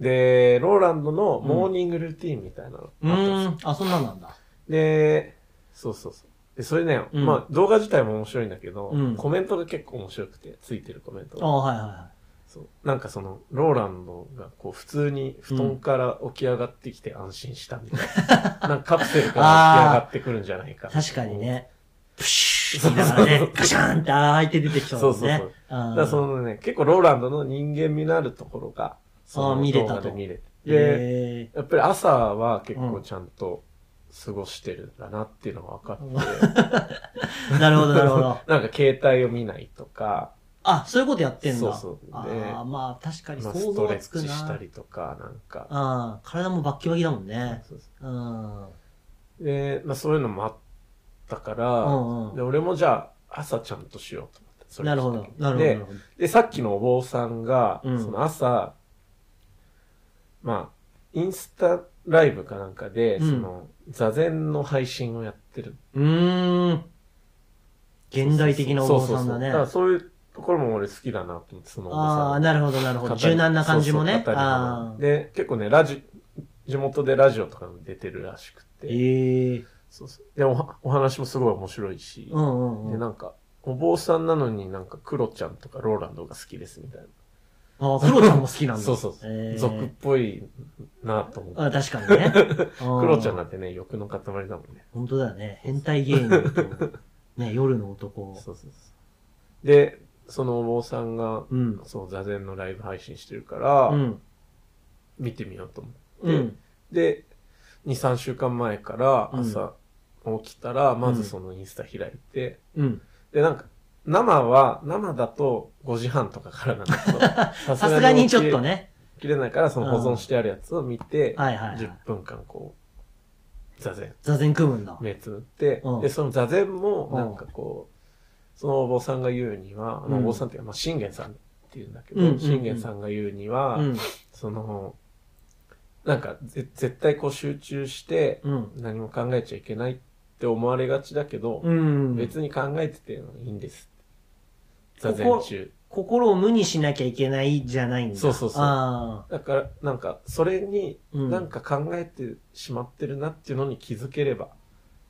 で、ローランドのモーニングルーティーンみたいなのがあ
う
ったんですよ
ーん。あ、そんなんなんだ。
で、そうそうそう。で、それね、
うん
まあ動画自体も面白いんだけど、
うん
コメントが結構面白くて、ついてるコメント
あ
が。
あ、はいはいはい。
そうなんかその、ローランドがこう普通に布団から起き上がってきて安心したみたい な。なんかカプセルから起き上がってくるんじゃないか。
確かに。ね。プシューって言いながら
そうそう
ね、ガシャーンってああ開いて出てきそうですね。
そうそう
あ
だ
ー
からそのね、結構ローランドの人間味のあるところが、その
あー見れたと
動画で見れて。で、
へ
やっぱり朝は結
う
構
ん
ちゃんと過ごしてるんだなっていうのが分かって。
ーなるほど、なるほど。。
なんか携帯を見ないとか、
あ、そういうことやってんだ。
そうそうで
ああ、まあ確かに
まあ
想
ス
像
トレ
はつ
ッ
く
チした
な。
りとか、なんか。
ああ、体もバッキバキだもんね。
そうそ
うん。うん
うで、まあそういうのもあったから、
うん
で、俺もじゃあ朝ちゃんとしようと思って。それ
なるほど
きっか、け
なるほどなる
で、
ほど。
で、さっきのお坊さんが、
うん
その朝、まあ、インスタライブかなんかで、
うん
その、座禅の配信をやってる。
うーん。現代的なお坊さんだね。
そうそうそうだからそういうところも俺好きだなと思って、そのお坊さんの。
ああ、なるほど、なるほ
語
ど。
り
柔軟な感じも
そう
ね。
そう語り
ああ。
で、結構ね、ラジ、地元でラジオとかも出てるらしくて、
ええ。
そうそうでおは、お話もすごい面白いし
う、んうんう
で、
ん。あ
なんか、お坊さんなのになんか、クロちゃんとかローランドが好きですみたいな。
あ、クロちゃんも好きなんだ。
そうそうそう
ええ
俗っぽいなと思って。
あ確かに ね。ク
クロちゃんなんてね、欲の塊だもんね。
本当だよね。変態芸人 と、ね、夜の男。
そうそうそう。で、そのお坊さんが、
うん。
そう、座禅のライブ配信してるから、
うん。
見てみようと思って。
うん。
で、2、3週間前から
うん
朝起きたら、まずそのインスタ開いて、
うん。
で、なんか、生は、生だと5時半とかからなんだけど、
さすがにちょっと
ね。
ね。
切れないから、その保存してあるやつを見て、
はいはいはい
10分間こう、座禅、
座禅組むんだ。
目つぶって、
うん
で、その座禅も
う、ん
なんかこう、そのお坊さんが言うには、あ
う
の
ん
お坊さんっていうか、まあ、信玄さんっていうんだけ
うんうんう
ど、
ん
信玄さんが言うには、
うん。
その、なんかぜ、絶対こう集中して、
うん。
何も考えちゃいけないって思われがちだけど、
うん。
別に考えててもいいんです。
ここ
座禅中。
心を無にしなきゃいけないじゃないんだ。
そうそうそう
ああ。
だから、なんか、それに、
うん
なんか考えてしまってるなっていうのに気づければ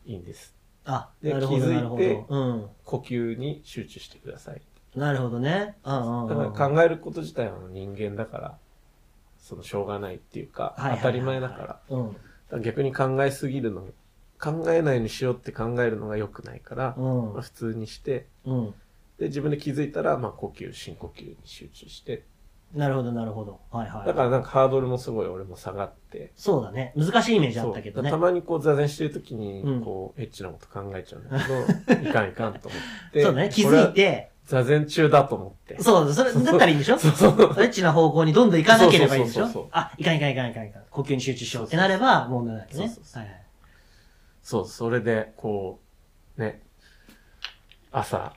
いいんです。
あ、
で
なるほど、
気づいて
なるほど。うん。
呼吸に集中してください。
なるほどね。うんうん
だ
う
か
ん。
ら考えること自体は人間だから、そのしょうがないっていうか、
はいはいはいはい
当たり前だから。だか
うん。
ら逆に考えすぎるの、考えないようにしようって考えるのが良くないから、
うん
まあ普通にして、
うん。
で、自分で気づいたら、まあ呼吸、深呼吸に集中して。
なるほど、なるほど。はいはい。
だからなんかハードルもすごい俺も下がって。
そうだね。難しいイメージあ
そう
ったけどね
た。まにこう座禅してる時
うん
に、こう、エッチなこと考えちゃうんだけ ど、いかんいかんと思って。
そうだね。気
これ
づ。
はい
て、
座禅中だと思って。
そう、それ、だったらいいんでしょ
そうそう
エッチな方向にどんどん行かなければいいんでし
そうそうそう
ょ
そう
あ、いかんいかんいかんいかんいかん。呼吸に集中しようってなれば、問題ないですね。
そうそうそう
はいはい。
そう、それで、こう、ね、朝、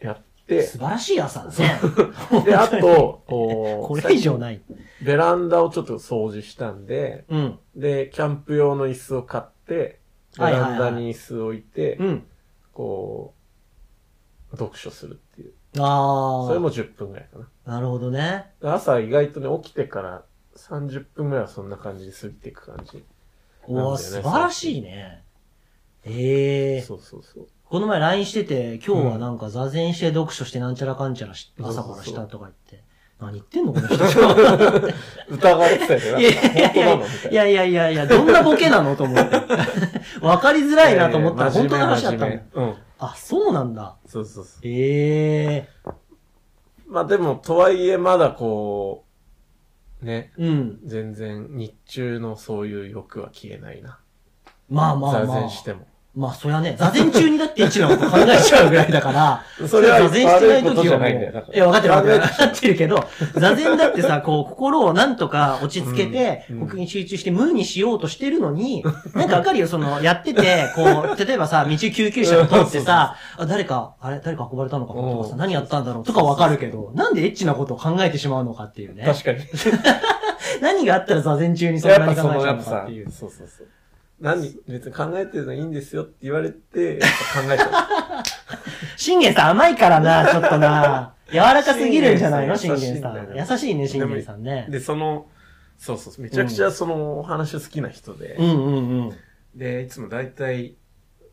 やって
素、晴らしい朝だね。
で、あと、
こ
こう、
れ以上ない。
ベランダをちょっと掃除したんで、
うん。
で、キャンプ用の椅子を買って、ベ
はいはいは
ラ
い
ンダに椅子を置いて、
うん。
こう、読書するっていう。
ああ。
それも10分ぐらいかな
なるほどね。。
で朝意外とね、起きてから30分ぐらいはそんな感じで過ぎていく感じ。
おお、
なんだよ
素
ね
晴らしいね。ええ
そうそうそう。
この前 LINE してて、今日はなんか座禅して読書してなんちゃらかんちゃらし、
うん
朝からしたとか言って。何言ってんのこの人たちは。
疑われてたよ
いや
ね。本
い
当な
や
のみたい
い
な。
やいやいやいや、どんなボケなのと思って。 わかりづらいなと思ったら、本
真面
当
目
の話だったん
真
だ
面。目うん。
あ、そうなんだ。
そうそうそう。
ええ
まあでも、とはいえまだこう、ね、
うん。
全然日中のそういう欲は消えないな。
まあまあまあ。
座禅しても。
まあ、そりゃね、座禅中にだって一のこと考えちゃうぐらいだから、
それは
座禅してない
悪いこと
時
じ
は
ゃ
もう、
ないいんだよだから
や、分かってる分かってる。分か ってるけど、座禅だってさ、こう、心をなんとか落ち着けて、
うん
呼吸に集中して無にしようとしてるのに、なんかわかるよ、その、やってて、こう、 例えばさ、道救急車が通ってさ、あ、誰か、あれ、誰か運ばれたのかなとか
う
さ、
ん
何やったんだろうとかわかるけど、なんでエッチなことを考えてしまうのかっていうね。
確かに。
何があったら座禅中にそん
や
な
っ
に
ぱ
考
そ
え
の、
ちゃ
や
う
っ
の
ぱ
かっ
さ
ていう。、
そうそうそう。何、別に考えてるのいいんですよって言われて、やっぱ考えち ゃ
信玄さん甘いから な、ちょっとな。柔らかすぎるんじゃないの信
信
玄
玄
さ
さん
ん。
優しいんだよ
優しいね、信玄さんね
う。。で、その、そうそう、めちゃくちゃその、お話好きな人で
う、んうんうん。
で、いつも大体、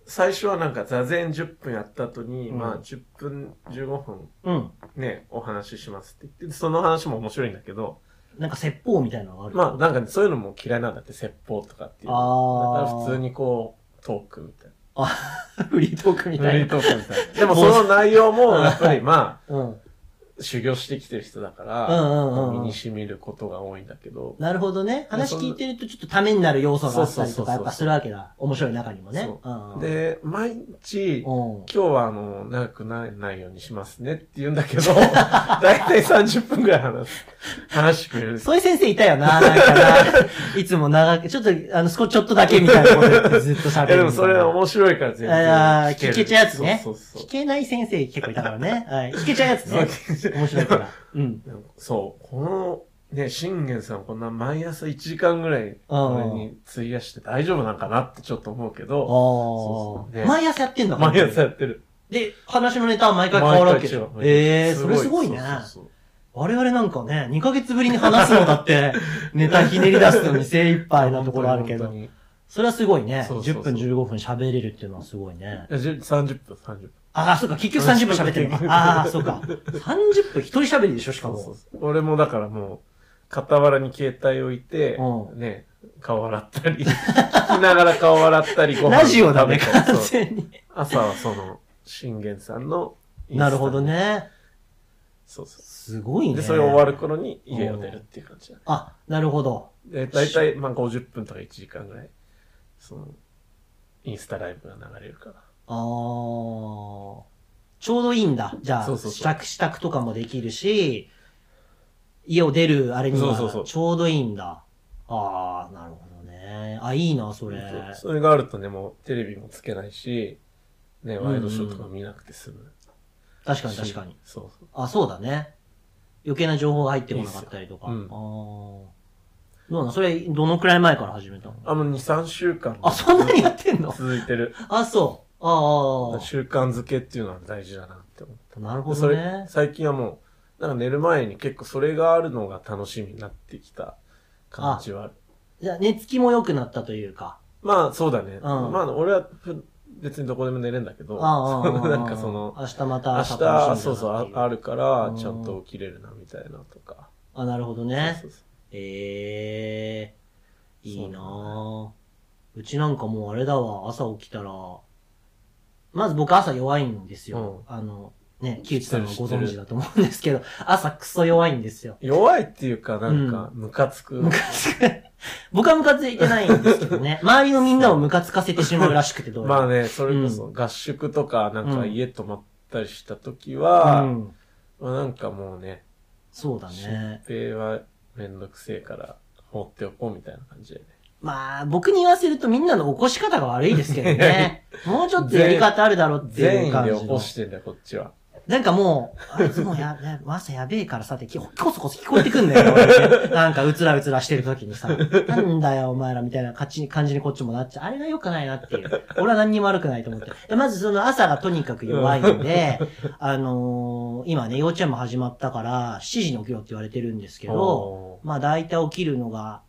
最初はなんか座禅10分やった後に、
うん
まあ10分、15分
うん。
ね、お話ししますって言って、その話も面白いんだけど、
なんか説法みたいなのがある。
まあなんかねそういうのも嫌いなんだって、説法とかっていう。だ
あ
か
ー
ら普通。にこう、トークみたい
フリートークみ
な。
たいな。
トークみたいな。でもその内容も、やっぱりま
うん。
あ、修行してきてる人だか
うん
ら、
うんうんうん
身に染みることが多いんだけど、
なるほどね。
で
話
そん
聞いてるとちょっとためになる要素があったり
そ
と
うそうそうそ
か
う
やっぱするわけだ。面白い中にもね。
そ
うんうん、
で、毎
うん。
日、今日はあの、長くならないようにしますねって言うんだけど、 だいたい30分ぐらい話す。話してくれる。
そういう先生いたよな、なん かな。いつも長く、ちょっと、あの、少ちょっとだけみたいなこと言ってずっと喋るみ
い
たいな。
やでもそれは面白いから全然
あー聞
る
けちゃうやつね。
そうそう
聞けない先生結構いたから ね。はい。聞けちゃうやつね。
そう。
面白いから。うん。
なんか そう、この、ね、信玄さんこんな毎朝1時間ぐらい、これに費やして大丈夫なんかなってちょっと思うけ
あ
ど、そうそう
あ。
ね
毎朝やってんだからね
毎朝やってる。
で、話のネタは毎回変わるわけでしょ
毎。回違う
ええー、それすごいね。
そうそう
我々なんかね、2ヶ月ぶりに話すのだ って、ネタひねり出すのに精一杯なところあるけど
本当。に
それはすごいね。
そうそうそ
10
う
分15分喋れるっていうのはすごいね。
本当にいやじゃ30分、30分。
ああ、そうか。結局30分喋ってるのか。ああ、そうか。30分一人喋りでしょ、しか
そう
も。
そう俺もだからもう、傍らに携帯置いて、
う
ね、顔洗ったり、 聞きながら顔洗ったり、ご飯
ラジオだ
食
ね、
べた
完
り。 そう
全に。
朝はその、信玄さんのインスタに
なるほど。ね。
そうそ。
すごいうね。
で、それ終わる頃に家を出るっていう感じだね。
あ、なるほど。
で、だいたい、まあ50分とか1時間ぐらい、その、インスタライブが流れるから。
あーちょうどいいんだ。じゃあ、
そうそうそう
支度、支度とかもできるし、家を出るあれに
そ
は
うそうそう
ちょうどいいんだ。ああ、なるほどね。あ、いいな、それ。
そうそれがあるとね、もうテレビもつけないし、ね、
んうん
ワイドショーとか見なくて済む。
確かに確かに。。
そうそう。
あ、そうだね。余計な情報が入ってこなかったりとか。
いい
あ
っす
ーどうなんそれ、どのくらい前から始めたの
あの、2、3週間。
あ、そんなにやってんの
続いてる。
あ、そう。ああ。
習慣づけっていうのは大事だなって思った。
なる
で
ほ
そ
ど
れ
ね、。
最近はもう、なんか寝る前に結構それがあるのが楽しみになってきた感じはある。
じゃあ、寝つきも良くなったというか。
まあ、そうだね。
ん
まあ、俺はふ別にどこでも寝れんだけど、
ああああああ
なんかその、
明日また朝
明
楽しみだなってい
日、そうそう、ああるから
う、ん
ちゃんと起きれるなみたいなとか。
あ、なるほどね
そう。そうそう
ええいいな
そ
ぁ。
う
うちなんかもうあれだわ、朝起きたら、まず僕朝弱いんですよ。あの、ね、木内さんも
知って
ご
る
存
知ってる
知だと思うんですけど、朝クソ弱いんですよ。
弱いっていうか、なんか、ムカつく。
僕はムカついてないんですけどね。周りのみんなをムカつかせてしまうらしくてどうや
ま
ら
あね、それこそ合宿とか、なんか
うん
家泊まったりした時は、
うん。
まあ、なんかもうね、
そうだ
疾
ね。
病はめんどくせえから放っておこうみたいな感じでね。
まあ、僕に言わせるとみんなの起こし方が悪いですけど ね。もうちょっとやり方あるだろうって
全
い
員
う感じ
で
の。
起こしてんだよ、こっちは。
なんかもう、あいつもや、ね、朝やべえからさって、きこそこそ聞こえてくんだよ 俺ね。なんかうつらうつらしてる時にさ、なんだよお前らみたいな感じに感じにこっちもなっちゃう。あれが良くないなっていう。俺は何にも悪くないと思って。でまずその朝がとにかく弱いん で、あのー今ね、幼稚園も始まったから、7時に起きろって言われてるんですけど、
お
まあ大体起きるのが、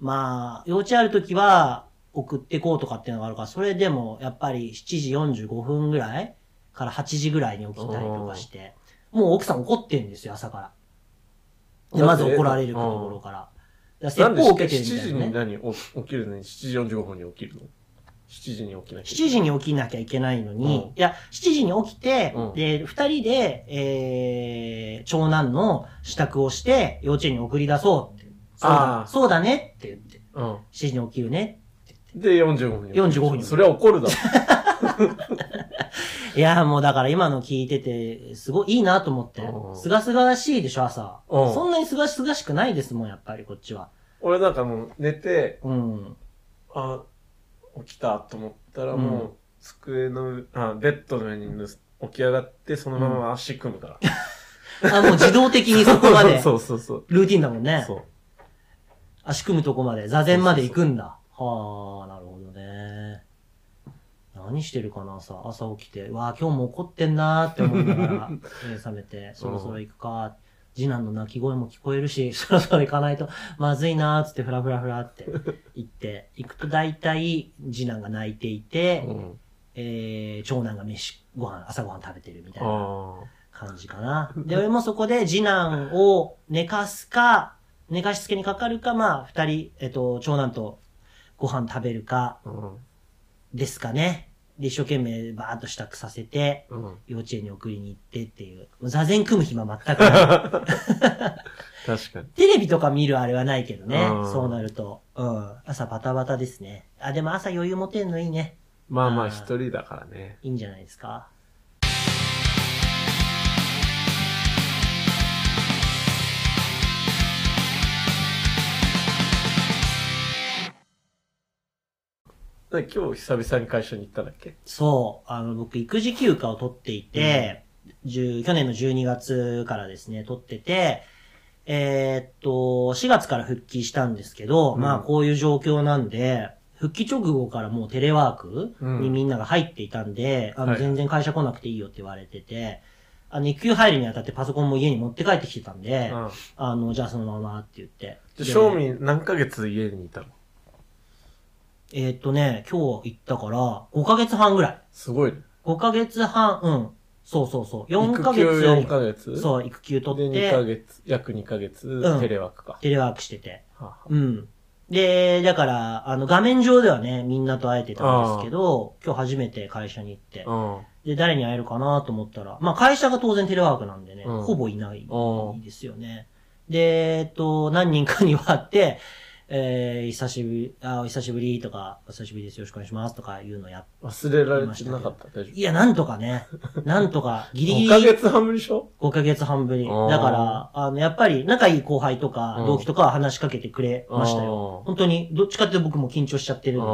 まあ、幼稚園ある時は送ってこうとかっていうのがあるから、それでもやっぱり7時45分ぐらいから8時ぐらいに起きたりとかして、もう奥さん怒ってんですよ、朝から。で、
だ
ま
っ
ず
て
怒られるところから。だ
ーな
から説
んで
法を受けてるみた
7時
いな
に
ね。
何お起きるのに7時45分に起きるの ?7 時に起きな
7
きゃいけない。
時に起きなきゃいけないのに、
うん
いや、7時に起きて、
うん
で、二人で、えー、長男の支度をして、幼稚園に送り出そうって。そう
あ
だ
ー
そうだねって言って。
うん。
7時に起きるね。
で、45分に起きる。
45分に
それは怒るだろ。
いや、もうだから今の聞いてて、すごいいいなと思って
う。ん
すがすがしいでしょ、朝。
うん
そんなにすがすがしくないですもん、やっぱりこっちは。
俺なんかもう寝て、
うん。
あ、起きたと思ったら
う
もう、机の、あ、ベッドの上にぬす起き上がって、そのまま足組むから。
あ、もう自動的にそこまで、
そうそうそう。
ルーティンだもんね。
そう。
足組むとこまで、座禅まで行くんだ。はあ、なるほどね。何してるかな、朝。朝起きて。わあ、今日も怒ってんなーって思いながら、目覚めて、そろそろ行くか。次男の泣き声も聞こえるし、そろそろ行かないと、まずいなーっつって、ふらふらふらって行って、行くと大体、次男が泣いていて、
うん
えー、長男が飯、ご飯、朝ご飯食べてるみたいな
あ
感じかな。で、俺もそこで次男を寝かすか、寝かしつけにかかるか、まあ、二人、えっと、長男とご飯食べるか
あ。うん。
ですかね。で、一生懸命バーっと支度させて、
うん。
幼稚園に送りに行ってっていう。もう座禅組む暇全く ない。
確かに。
テレビとか見るあれはないけどね
う。ん
そうなると。うん。朝バタバタですね。あ、でも朝余裕持てんのいいね。
まあま
あ
あ
ー
一人だからね。
いいんじゃないですか。
で今日久々に会社に行ったんだっけ
そう。あの、僕、育児休暇を取っていて、10去年の12月からですね、取ってて、えーっと、4月から復帰したんですけど、
うん
まあ、こういう状況なんで、復帰直後からもうテレワーク
うん
にみんなが入っていたんで、あ
は
の、
い
全然会社来なくていいよって言われてて、あの、育休入るにあたってパソコンも家に持って帰ってきてたん
う
で、
ん。
あの、じゃあそのままって言って。
じ
で
ゃあ正味何ヶ月家にいたの
えーっとね、今日行ったから、5ヶ月半ぐらい。
すごいね。
5ヶ月半、うん。そうそうそう。4ヶ
育休4
月。
ヶ月う。
そう、育休取
で
っ
2ヶ
て、
月、約2ヶ月、
うん
テレワークか。
テレワークしてて。
はあはあ
うん。で、だから、あの、画面上ではね、みんなと会えてたんですけど、今日初めて会社に行って、
うん。
で、誰に会えるかなと思ったら、まあ、会社が当然テレワークなんでね、
うん
ほぼいない
うん
ですよね。で、えっと、何人かには会って、えー、久しぶり、あ、お久しぶりとか、お久しぶりです、よろしくお願いしますとかいうのやっ
忘れられてなかった。大丈
いや、なんとかね、なんとか、ギリ
夫。
ギリ。
5ヶ月半ぶりでしょ
5ヶ月半ぶり。
あー
だから、あの、やっぱり仲いい後輩とか
う、ん
同期とかは話しかけてくれましたよ。
よ。
本当に、どっちかって僕も緊張しちゃってるんで、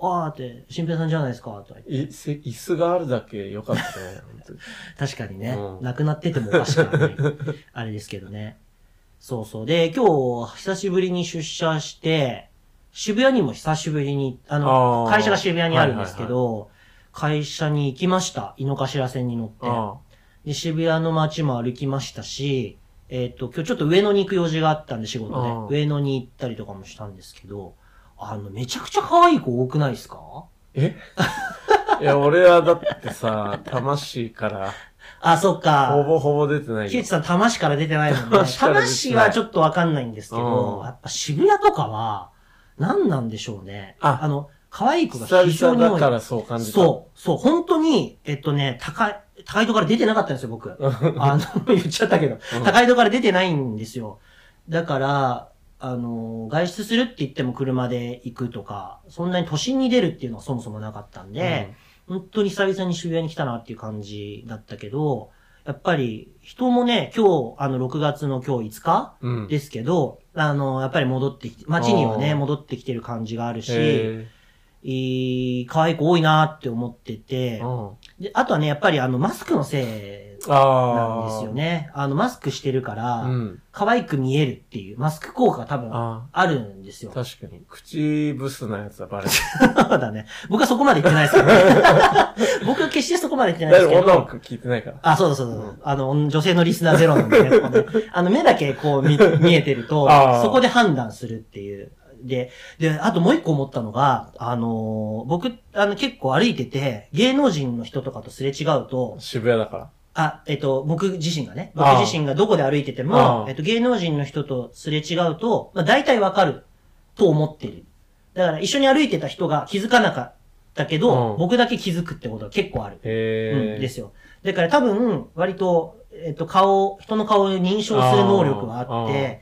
あ
あ
ーって、新平さんじゃないですか、とか言っ
ー
て。
いせ椅子があるだけ良かったね。本当に
確かにね
う、ん
亡くなっててもおかしくはない。あれですけどね。そうそう。で、今日、久しぶりに出社して、渋谷にも久しぶりに、あの、
あー
会社が渋谷にあるんですけど、会社に行きました。井の頭線に乗って。
あ
で、渋谷の街も歩きましたし、えっ、と、今日ちょっと上野に行く用事があったんで仕事
うん
で、上野に行ったりとかもしたんですけど、あの、めちゃくちゃ可愛い子多くないですか
ーいや、俺はだってさ、魂から
あ、そっ
ほ
か。
ぼほぼ出てない
木
よ
内。さん、魂から出てないもんね。
魂から出てない
魂はちょっとわかんないんですけど
う、ん
やっぱ渋谷とかは、何なんでしょうね。
あ
あの、可愛い子が非
久
常に
々だか
多い。
らそう感じた。
そう、そう、本当に、えっとね、高い、高いところから出てなかったんですよ、僕。 あの、 言っちゃったけど、
うん
高いとこから出てないんですよ。だから、あの、外出するって言っても車で行くとか、そんなに都心に出るっていうのはそもそもなかったんで、本当に久々に渋谷に来たなっていう感じだったけど、やっぱり人もね、今日、あの、6月の今日5日
うん。うん。
ですけど、あの、やっぱり戻ってきて、街にはね、
あー
戻ってきてる感じがあるし、
へ
いい、可愛い子多いなって思ってて
ー、うん
で、あとはね、やっぱりあの、マスクのせいなん
ああ。
ですよ。ね。あの、マスクしてるから、
うん。
可愛く見えるっていう、マスク効果が多分
あ
あるんですよ
あ。。確かに。口ブスなやつは バレて
そう だね。僕はそこまで言ってないですけど、 僕は決してそこまで言ってない
る。だ
で
い
す
ぶ
け
女の
ど。
子聞いてないから。
あ、そうだそうだそうだ。あの、女性のリスナーゼロなんで ね、ここねあの、目だけこう見見えてると
あ、ー
そこで判断するっていう。で、で、あともう一個思ったのが、あのー僕、あの、結構歩いてて、芸能人の人とかとすれ違うと、
渋谷だから。
あ、えっと、僕自身がね、
ああ
僕自身がどこで歩いてて
あ
も、
あ
えっと、芸能人の人とすれ違うと、まあ、大体わかると思ってる。だから一緒に歩いてた人が気づかなかったけど、
うん
僕だけ気づくってことは結構ある。
へえ。
うん、ですよ。だから多分、割と、えっと、顔、人の顔を認証する能力はあって、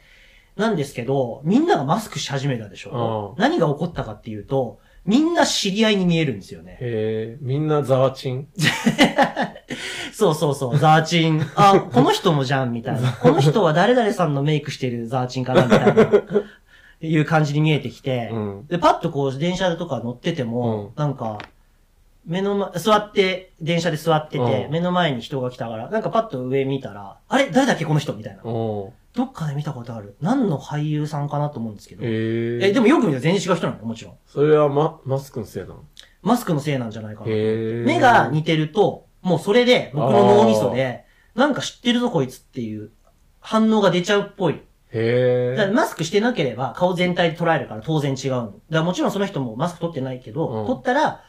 なんですけど、みんながマスクし始めたでしょ
う
何が起こったかっていうと、みんな知り合いに見えるんですよね。
へえ。みんなザワチン
そうそうそう、ザーチン。あ、この人もじゃん、みたい な。この人は誰々さんのメイクしてるザーチンかな、みたいな。いう感じに見えてきて、
うん。
で、パッとこう、電車とか乗ってても、なんか、目の前、座って、電車で座ってて、
うん
目の前に人が来たから、なんかパッと上見たら、あれ誰だっけこの人みたいな。
お
どっかで見たことある。何の俳優さんかなと思うんですけど。
へえ。
え、でもよく見たら全然違う人なのもちろん。
それはママスクのせいなの
マスクのせいなんじゃないかな。
へえ。
目が似てると、もうそれで、僕の脳みそで、なんか知ってるぞこいつっていう反応が出ちゃうっぽい。
へ
だから
え。
マスクしてなければ顔全体で捉えるから当然違うの。だからもちろんその人もマスク取ってないけど、
うん
取ったら、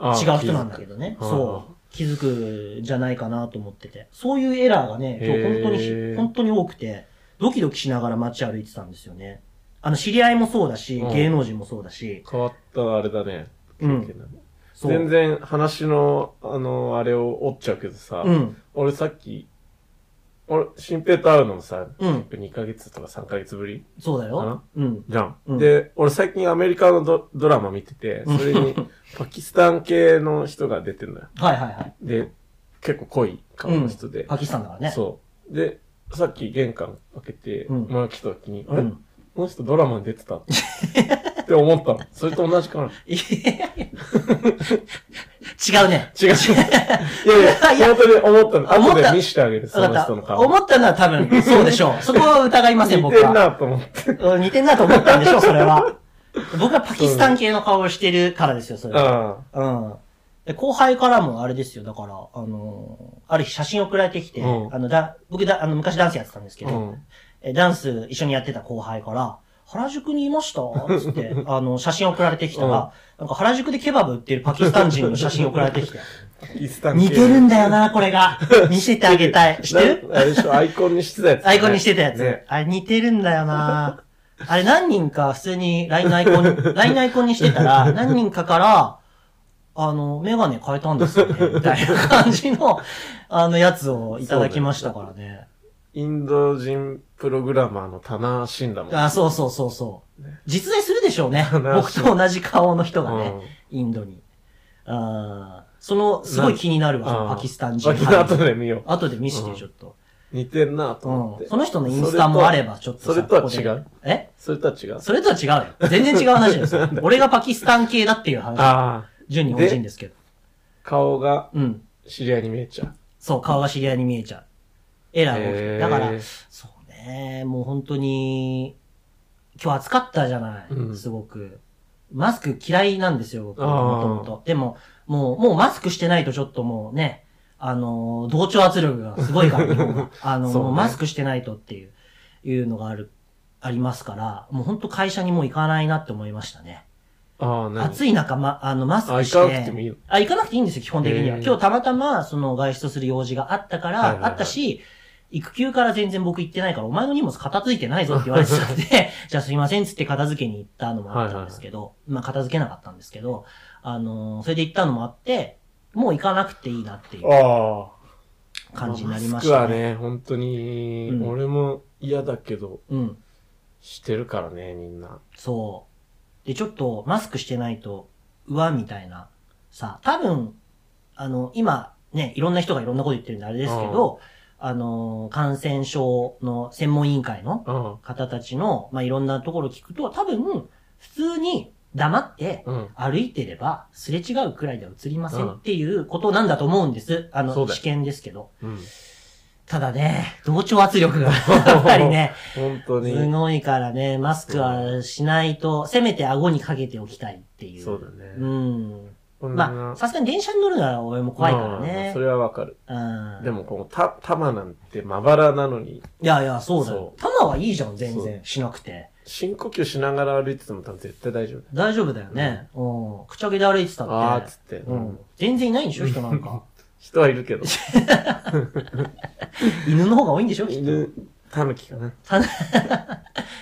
違う人なんだけどね。
気づく
そう。気づくんじゃないかなと思ってて。そういうエラーがね、今日本当に
へ
ひ、
ー
本当に多くて、ドキドキしながら街歩いてたんですよね。あの、知り合いもそうだし、
うん
芸能人もそうだし、
変わったあれだね。
うん
経験だね
そう。
全然話の、あの、あれを折っちゃうけどさ、
うん、
俺さっき、俺、新平と会うのもさ、
うん、
2ヶ月とか3ヶ月ぶり
そうだ
か
よ
な。
うん。
じゃん。
うん
で、俺最近アメリカのドドラマ見てて、そ れにパキスタン系の人が出てんだよ。
はいはいはい。
で、結構濃い顔の人で。
パキスタンだからね。
そう。で、さっき玄関開けて、
うん
まあ来た時に、あ
う
れ、
ん。
この人ドラマに出てたって思ったの。それと同じ かな。
いやいやいや違うね。
違う違う。いや い
い
や、
や
本当に思った
思
の。
っ
後
た
で見してあげる、そ
わか
の
っ
人の
た。
顔。
思ったのは多分、そうでし ょう。そこは疑いません、
似
僕
て
は。
んなと思って。
うん似てんなと思ったん でしょ、それは。僕はパキスタン系の顔をしてるからですよ、それは。
あ
うん。で後輩からもあれですよ、だから、あのーある日写真送られてきて、
うん
あの、だ、僕だ、あの、昔ダンスやってたんですけ
あ。う
ど、
ん。
えダンス一緒にやってた後輩から、原宿にいましたつって、あの、写真送られてきたら、なんか原宿でケバブ売ってるパキスタン人の写真送られてきて、
パキスタン系
似てるんだよ な、これが。見せてあげたい。 知ってる
なあれでしょ、アイコンにしてたやつ、
アイコンにしてたやつ。
ね
あれ似てるんだよなあれ何人か普通に LINE のアイコ ン、LINE のアイコンにしてたら、何人かから、あの、メガネ変えたんですよね、みたいな感じの、あの、やつをいただきましたからね。
インド人プログラマーの棚シンだもん。
あ、そうそうそうそう
ね。
実在するでしょう ね。
なるほ
僕
ど
と同じ顔の人
う
がね、
ん。
インドに。あーその、すごい気になるわ、そのパキスタン人。
パキスタン後で見よう。
後で見せて、ちょっと。
似てんなと思っ
う
て。
ん。その人のインスタもあれば、ちょっとさ
それとは
ここで
違う
え
それとは違う。
それとは違うよ。全然違う話ですよ。俺がパキスタン系だっていう話。
ああ。
純日本人ですけど。
顔が
うん。
知り合いに見えちゃう。
そう、顔が知り合いに見えちゃう。エラーが起き
へ
て。
ー
だから、そうね、もう本当に、今日暑かったじゃない、
うん
すごく。マスク嫌いなんですよ、僕、
あー
もともと。でも、もう、もうマスクしてないとちょっともうね、あのー、同調圧力がすごいから、 日本は。あの、
そうね
もうマスクしてないとっていう、いうのがある、ありますから、もう本当会社にもう行かないなって思いましたね。
ああ、な
暑い中、ま、あの、マス
あ、
クし
行
て。
かなくてもいいの。
あ、行かなくていいんですよ、基本的には。
へー
今日たまたま、その、外出する用事があったから、
はいはいはい
あったし、育休から全然僕行ってないから、お前の荷物片付いてないぞって言われてたん で、じゃあすいませんっつって片付けに行ったのもあったんですけど、まあ片付けなかったんですけど、あのーそれで行ったのもあって、もう行かなくていいなっていう
ああ。
感じになり
マ
ま
ス
し
ク
た
は
ね。
ね、本当に
う、ん
俺も嫌だけど、
うん。
してるからね、みんな。
そう。で、ちょっとマスクしてないと、うわ、みたいな。さ、多分、あの、今、ね、いろんな人がいろんなこと言ってるんであれですけど、あの、感染症の専門委員会の
うん。
方たちの、まあ、いろんなところ聞くと、多分、普通に黙って
うん。
歩いてれば、すれ違うくらいでは映りませ
うんん
っていうことなんだと思うんです。あ
そ
の、
うだよ
試験ですけど。
うん。
ただね、同調圧力 が、やっぱりね、
本当
す
に。
ごいからね、マスクはしないと、せめて顎にかけておきたいっていう。
そうだ
う
ね。
ん。
こんな
まあ、さすがに電車に乗るなら俺も怖いから
うん
ね
そ。れはわかる。
うん。
でも、この、た、玉なんてまばらなのに、
いやいや、そうだよ
そ。
玉はいいじゃん、全
そう
然。しなくて。
深呼吸しながら歩いてても多分絶対大丈夫だよ。
大丈夫だよね。うん。口開けで歩いてたって。
あーっつって。
う
うん
ん。全然いないんでしょ、人なんか。
人はいるけど。
犬の方が多いんでしょ、きっと。
犬、タヌキかな。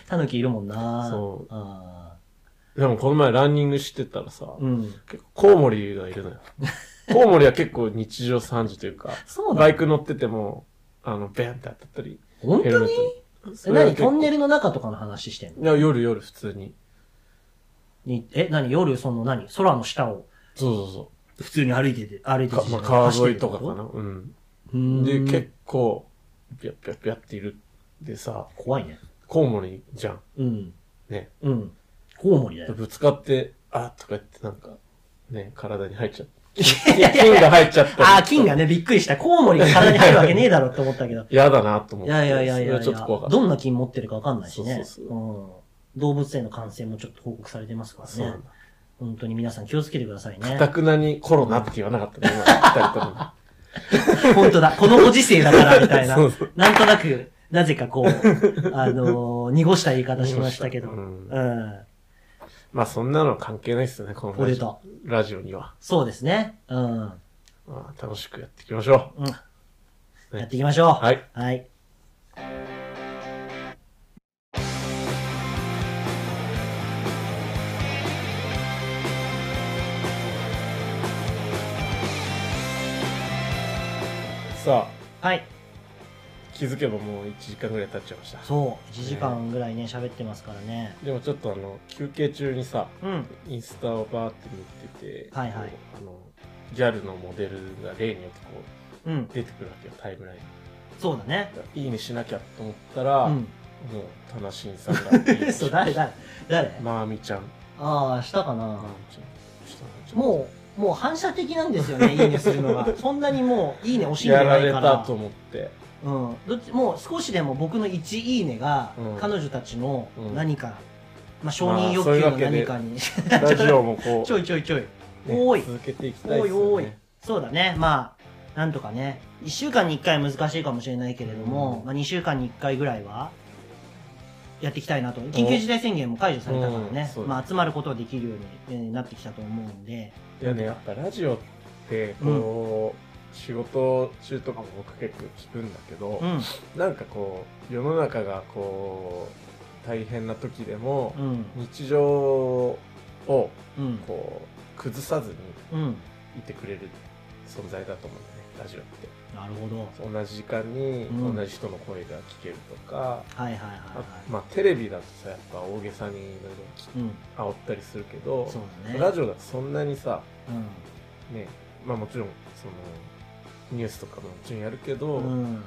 タヌキいるもんな。。
そう
あ
でもこの前ランニングしてたらさ、
ーうん。
結構コウモリがいるのよ。コウモリは結構日常3時というか、
そう
バ
だ。
イク乗ってても、あの、ベンって当たったり、
本当に
に
え何トンネ
ル
ルの中とかの話してんの
いや、夜夜普通に。
にえ、何夜、その何空の下を。
そうそうそ。
普通に歩いてて、歩いうて
か
て。
まあ、
走
川
っ
沿
て
い
て
とかかな。うん。
うーん
で、結構、ピャッピャッピャッっている。でさ、
怖いね。
コウモリじゃん。
うん。
ね。
うん。コウモリだよ。
ぶつかって、あーとか言ってなんか、ね、体に入っちゃって。
いやいやい
菌
や
が入っちゃったり
ああ、金がね、びっくりした。コウモリが体に入るわけねえだろって思ったけ ど。
嫌だなと思っ
い
て。
やいやいやい
それ
や
はいちょっと
や
怖か、った。
どんな菌持ってるかわかんないしね。
そうそう
うん。動物園の感染もちょっと報告されてますか
そう
ら
な
ね
ん。だ。
本当に皆さん気をつけてくだ さいね
か。くなにコロナって言わなかったね、今、二人とも。
本当だ。このご時世だから、みたいな
そうそう。
なんとなく、なぜかこう、あのー濁した言い方しましたけど。
濁したうん
うん
まあそんなの関係ないですよね、このラ
俺
ジオ
と。
ラジオには。
そうですね。うん。
まあ楽しくやっていきましょ
うんやっていきましょう。
う。はい。
はい。
さあ、
はい。
気づけばもう1時間ぐらい経っちゃいました。
そう。1時間ぐらいね、喋ってますからね。
でもちょっとあの、休憩中にさ、
うん。
インスタをバーって見てて、
はいはい
こうあの、ギャルのモデルが例によってこ
うん
う。出てくるわけよ、タイムライン
そうだね。
に。いいねしなきゃと思ったら、
う
も
ん。
う、タナシンさんがいい ね
そう、誰誰誰
まーみちゃん。
ああ、したか
まー
な
み。ちゃんしたまーみちゃん。
もう、もう反射的なんですよね、いいねするの が。そんなにもう、いいね惜しんで
や
な
ら
い
れ
か
た
ら
と。思って。
うん。どっち、もう少しでも僕の1いいねが
うん、
彼女たちの
うん
何か、まあ承認欲求の何かに、
ラジオもこ
ちょいちょいちょい。
う、ね
おい
続けていきたい
お
で
い
すよ
おい
ね。。
そうだね。まあ、なんとかね。1週間に1回難しいかもしれないけれども、
うん
まあ2週間に1回ぐらいは、やっていきたいなと。緊急事態宣言も解除されたから
うん
ね
そう。だ
まあ集まることができるようにえーなってきたと思うんで。
いやね、やっぱラジオって、こう、仕事中とかも僕結構聞くんだけど、
うん。
なんかこう、世の中がこう、大変な時でも、
うん。
日常をこ
うん。
う、崩さずに
うん。
いてくれる存在だと思うんだよね、ラジオって。
なるほど。
同じ時間に
うん
同じ人の声が聞けるとか、
はいはいはい
あ
はい。
まあテレビだとさ、やっぱ大げさにいろいろ聞
うん。
煽ったりするけど、
そうだね。
ラジオだとそんなにさ、
う
ね、まあもちろん、その、ニュースとかももちろんやるけど、
ん。うん。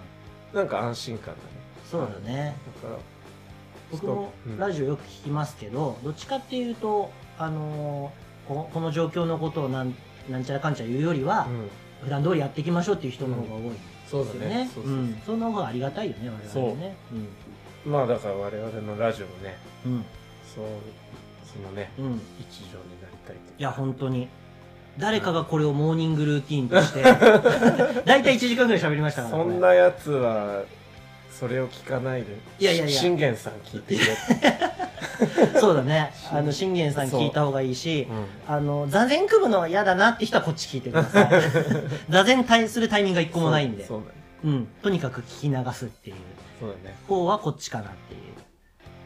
なんか安心感だね。
そうだね。
だから、
僕も
うん
ラジオよく聞きますけど、どっちかっていうと、あのーここの状況のことをなんなんちゃらかんちゃら言うよりは、
うん、
普段通りやっていきましょうっていう人の方が多い
そう
です
だ
よ
ね
ね。。
そう
う。
そうそうん
その方がありがたいよね、我々はね。
まあだから我々のラジオもね、
うん。
そう、そのね、
うん。うん。い
一助になりたいという。
や、本当に。誰かがこれをモーニングルーティーンとして、 だいたい1時間ぐらい喋りましたから
そんなやつは、それを聞かないで。
いやいやいや
信玄さん聞いてるやつ。
そうだね。あの、信玄さん聞いた方がいいし、あの、座禅組むのは嫌だなって人はこっち聞いてください。 座禅対するタイミン グが一個もないんで。
そうそうだね。
うん。とにかく聞き流すっていう
そうだね。
方はこっちかなっていう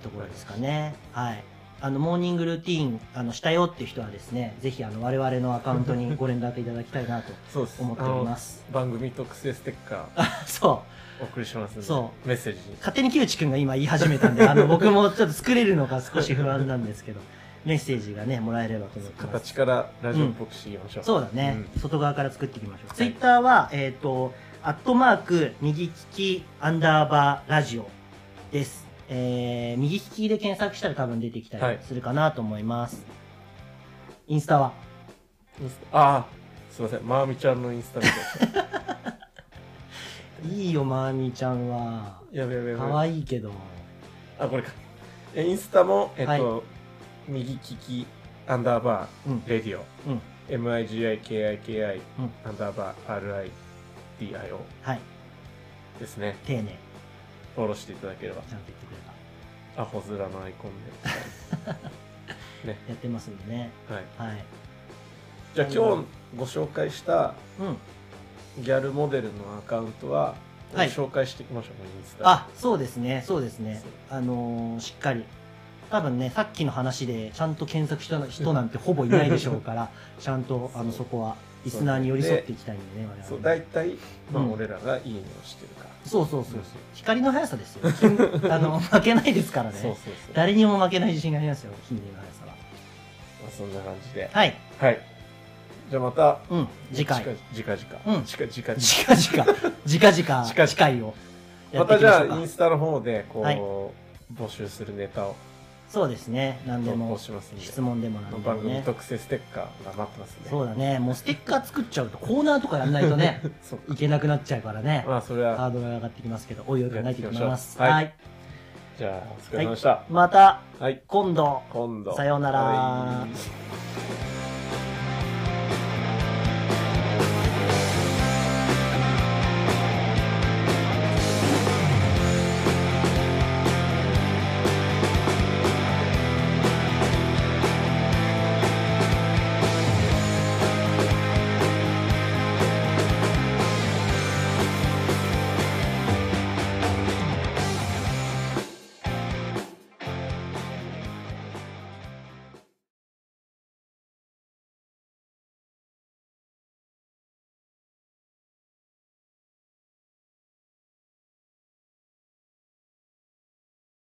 ところですかね。はい。あの、モーニングルーティーン、あの、したよっていう人はですね、ぜひ、あの、我々のアカウントにご連絡いただきたいなと
そうです。
思っております。
あの番組特製ステッカー
あ、そ
お送りしますんで、
そ
メッセージに
う。。勝手に木内くんが今言い始めたんで、あの、僕もちょっと作れるのか少し不安なんですけど、メッセージがね、もらえればと思ってます。
形からラジオっぽくしていきましょう。
そうだね、
うん
外側から作っていきましょう。
い
ツイッターは、えっ、と、アットマーク、右利き、アンダーバー、ラジオです。えー、右利きで検索したら多分出てきた
は
り
い
するかなと思います。インスタは、
ああ、すいません。まーみちゃんのインスタ見て。
いいよ、まーみーちゃんは。
やべやべやべ。
可愛いけど。
あ、これか。えインスタも、えっと、右利き、アンダーバ
うん
ー、レディオ、
うん。
MIGIKIKI、
うん
アンダーバー、RIDIO
はい。
ですね。
丁寧。
フォローしていただければ。
ちゃんと言ってくれた。
アホ面のアイコン
やってますんでね。
で。はい。
はい。
じゃあ今日ご紹介した
うん。
ギャルモデルのアカウントは、
はい
紹介していきましょう、インスタ。
あ、そうですね、そうですね。あのーしっかり。多分ね、さっきの話で、ちゃんと検索した人なんてほぼいないでしょう から、ちゃんと、あの、そこは、リスナーに寄り添っていきたいんでね、我
そう、
々は
大
ね。
体、まあ、
うん
俺らがいいねをしてるから。
そうそうそうそう。光の速さですよ。金 あの、負けないですから
そう
ね。
そうそう。ま
誰にも負けない自信がありますよ、金の速さは。
あ、そんな感じで。
はい。
はい。じゃあまた、
うん。次回。
次回。次回。
うん
次回、次回。
近々。近々。
近々
次回を。や
ま
ってい
た
き
じ
まし
ゃ
ょう
あ、イ
か
ン。スタの方で、こう、
はい
募集するネタを
そうですね。何で
投稿
も、
しますんで、
質問でも何でも
番組
ね。
特製ステッカーが待ってますんで。
そうだね。もうステッカー作っちゃうとコーナーとかやんないとね、
そう
いけなくなっちゃうからね。
まあ、それ
ハ
は、
ードルが上がってきますけど、おいおい考えていきます。
や
は
って
い。
じゃあ、お疲れ様でした。
また、
はい。
今度。
今度。
さようなら
はい